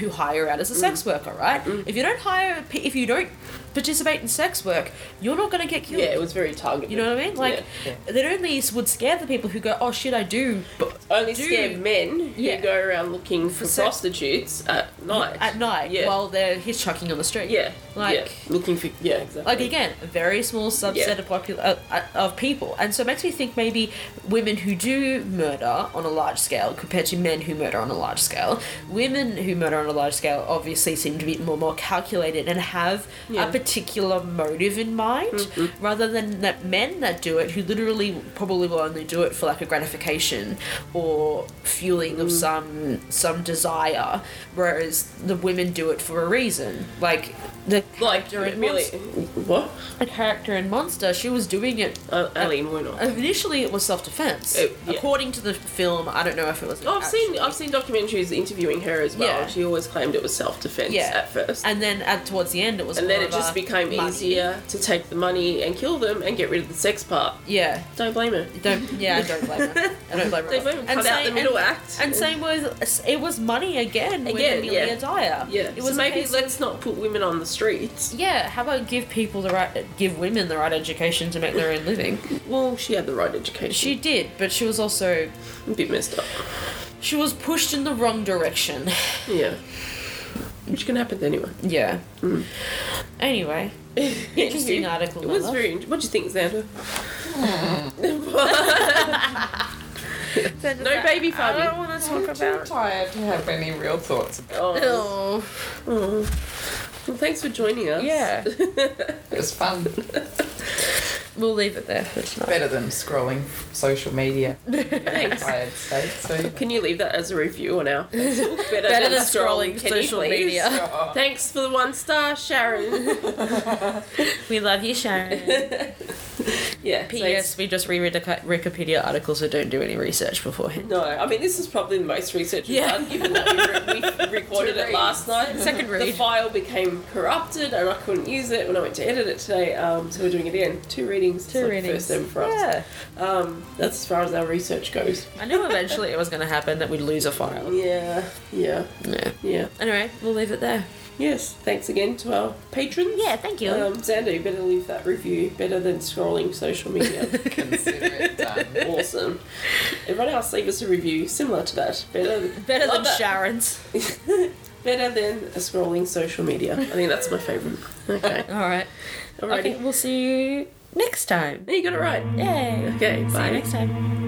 Speaker 1: who hire out as a
Speaker 2: Mm.
Speaker 1: sex worker, right? If you don't hire, pe- if you don't participate in sex work, you're not going to get killed.
Speaker 2: yeah, it was very targeted.
Speaker 1: You know what I mean? Like,
Speaker 2: Yeah.
Speaker 1: that only would scare the people who go, oh shit, I do
Speaker 2: Only
Speaker 1: Dude.
Speaker 2: scare men who
Speaker 1: Yeah.
Speaker 2: go around looking for
Speaker 1: So-
Speaker 2: prostitutes at night.
Speaker 1: at night
Speaker 2: Yeah.
Speaker 1: while they're hitchhiking on the street.
Speaker 2: yeah.
Speaker 1: Like-
Speaker 2: yeah. Looking for. Yeah, exactly.
Speaker 1: like again a very small subset
Speaker 2: Yeah.
Speaker 1: of popul- uh, uh, of people and so it makes me think maybe women who do murder on a large scale compared to men who murder on a large scale women who murder on a large scale obviously seem to be more more calculated and have
Speaker 2: Yeah. Mm-hmm.
Speaker 1: a particular motive in mind rather than that men that do it who literally probably will only do it for like a gratification or fueling of
Speaker 2: Mm.
Speaker 1: some some desire whereas the women do it for a reason like the
Speaker 2: Like,
Speaker 1: character in
Speaker 2: really.
Speaker 1: Monst-
Speaker 2: What?
Speaker 1: a character in Monster, she was doing it.
Speaker 2: Uh, Aline Warnock.
Speaker 1: Initially, it was self defense.
Speaker 2: Oh, yeah.
Speaker 1: According to the film, I don't know if it was.
Speaker 2: Oh, I've seen
Speaker 1: actually-
Speaker 2: I've seen documentaries interviewing her as well.
Speaker 1: Yeah.
Speaker 2: She always claimed it was self defense
Speaker 1: Yeah.
Speaker 2: at first. And,
Speaker 1: And then at, towards the end, it was.
Speaker 2: then
Speaker 1: more
Speaker 2: it
Speaker 1: of a
Speaker 2: just became
Speaker 1: money.
Speaker 2: easier to take the money and kill them and get rid of the sex part.
Speaker 1: Yeah.
Speaker 2: Don't blame her.
Speaker 1: Don't. Yeah, I don't blame her. I don't blame her.
Speaker 2: Don't blame her. Cut out the middle
Speaker 1: and,
Speaker 2: act.
Speaker 1: And same was it was money again. with
Speaker 2: Again,
Speaker 1: Amelia
Speaker 2: yeah.
Speaker 1: Dyer.
Speaker 2: Yeah.
Speaker 1: It was
Speaker 2: so
Speaker 1: a
Speaker 2: maybe
Speaker 1: case of-
Speaker 2: let's not put women on the streets.
Speaker 1: Yeah. How about give people the right, give women the right education to make their own living?
Speaker 2: Well, she had the right education.
Speaker 1: She did, but she was also
Speaker 2: a bit messed up.
Speaker 1: she was pushed in the wrong direction.
Speaker 2: Yeah. Which can happen to anyone.
Speaker 1: Yeah.
Speaker 2: Mm.
Speaker 1: Anyway, interesting article.
Speaker 2: It was
Speaker 1: Nala.
Speaker 2: very. What do you think, Xander? no baby
Speaker 1: I
Speaker 2: Fabi.
Speaker 1: don't want to talk
Speaker 3: I'm
Speaker 1: about.
Speaker 3: tired to have any real thoughts.
Speaker 2: Oh,
Speaker 1: Oh,
Speaker 2: well, thanks for joining us.
Speaker 1: yeah.
Speaker 3: It was fun.
Speaker 1: We'll leave it there for tonight.
Speaker 3: Better than scrolling social media.
Speaker 2: Thanks.
Speaker 3: I'd say so.
Speaker 2: Can you leave that as a review on our better,
Speaker 1: Better than scrolling
Speaker 2: Can you
Speaker 1: social
Speaker 2: please?
Speaker 1: media.
Speaker 3: oh,
Speaker 2: Thanks for the one star, Sharon.
Speaker 1: We love you, Sharon.
Speaker 2: yeah. so it's-
Speaker 1: P.S. We just reread the Ki- Wikipedia article, so don't do any research beforehand.
Speaker 2: no, I mean this is probably the most research we've
Speaker 1: Yeah.
Speaker 2: done, given that we, re- we recorded
Speaker 3: Two
Speaker 2: it last night.
Speaker 1: Second
Speaker 2: The
Speaker 1: read.
Speaker 2: file became corrupted, and I couldn't use it when I went to edit it today. Um, so we're doing it again. Two readings. It's
Speaker 1: Two
Speaker 2: like
Speaker 1: readings.
Speaker 2: First ever for us.
Speaker 1: yeah.
Speaker 2: Um, that's as far as our research goes.
Speaker 1: I knew eventually it was going to happen that we'd lose a file.
Speaker 2: Yeah. Yeah.
Speaker 1: Yeah.
Speaker 2: Yeah.
Speaker 1: Anyway, we'll leave it there.
Speaker 2: Yes. Thanks again to our patrons.
Speaker 1: thank
Speaker 2: Um, Xander, you better leave that review. Better than scrolling social media.
Speaker 3: Consider it done.
Speaker 2: awesome. Everyone else leave us a review similar to that. Better,
Speaker 1: Better
Speaker 2: love
Speaker 1: than
Speaker 2: that.
Speaker 1: Sharon's.
Speaker 2: Better than a scrolling social media. I think that's my favourite. Okay.
Speaker 1: All right.
Speaker 2: Alrighty.
Speaker 1: Okay, we'll see you next time.
Speaker 2: Yeah, You got it right.
Speaker 1: Yay.
Speaker 2: Okay.
Speaker 1: See
Speaker 2: Bye.
Speaker 1: you next time.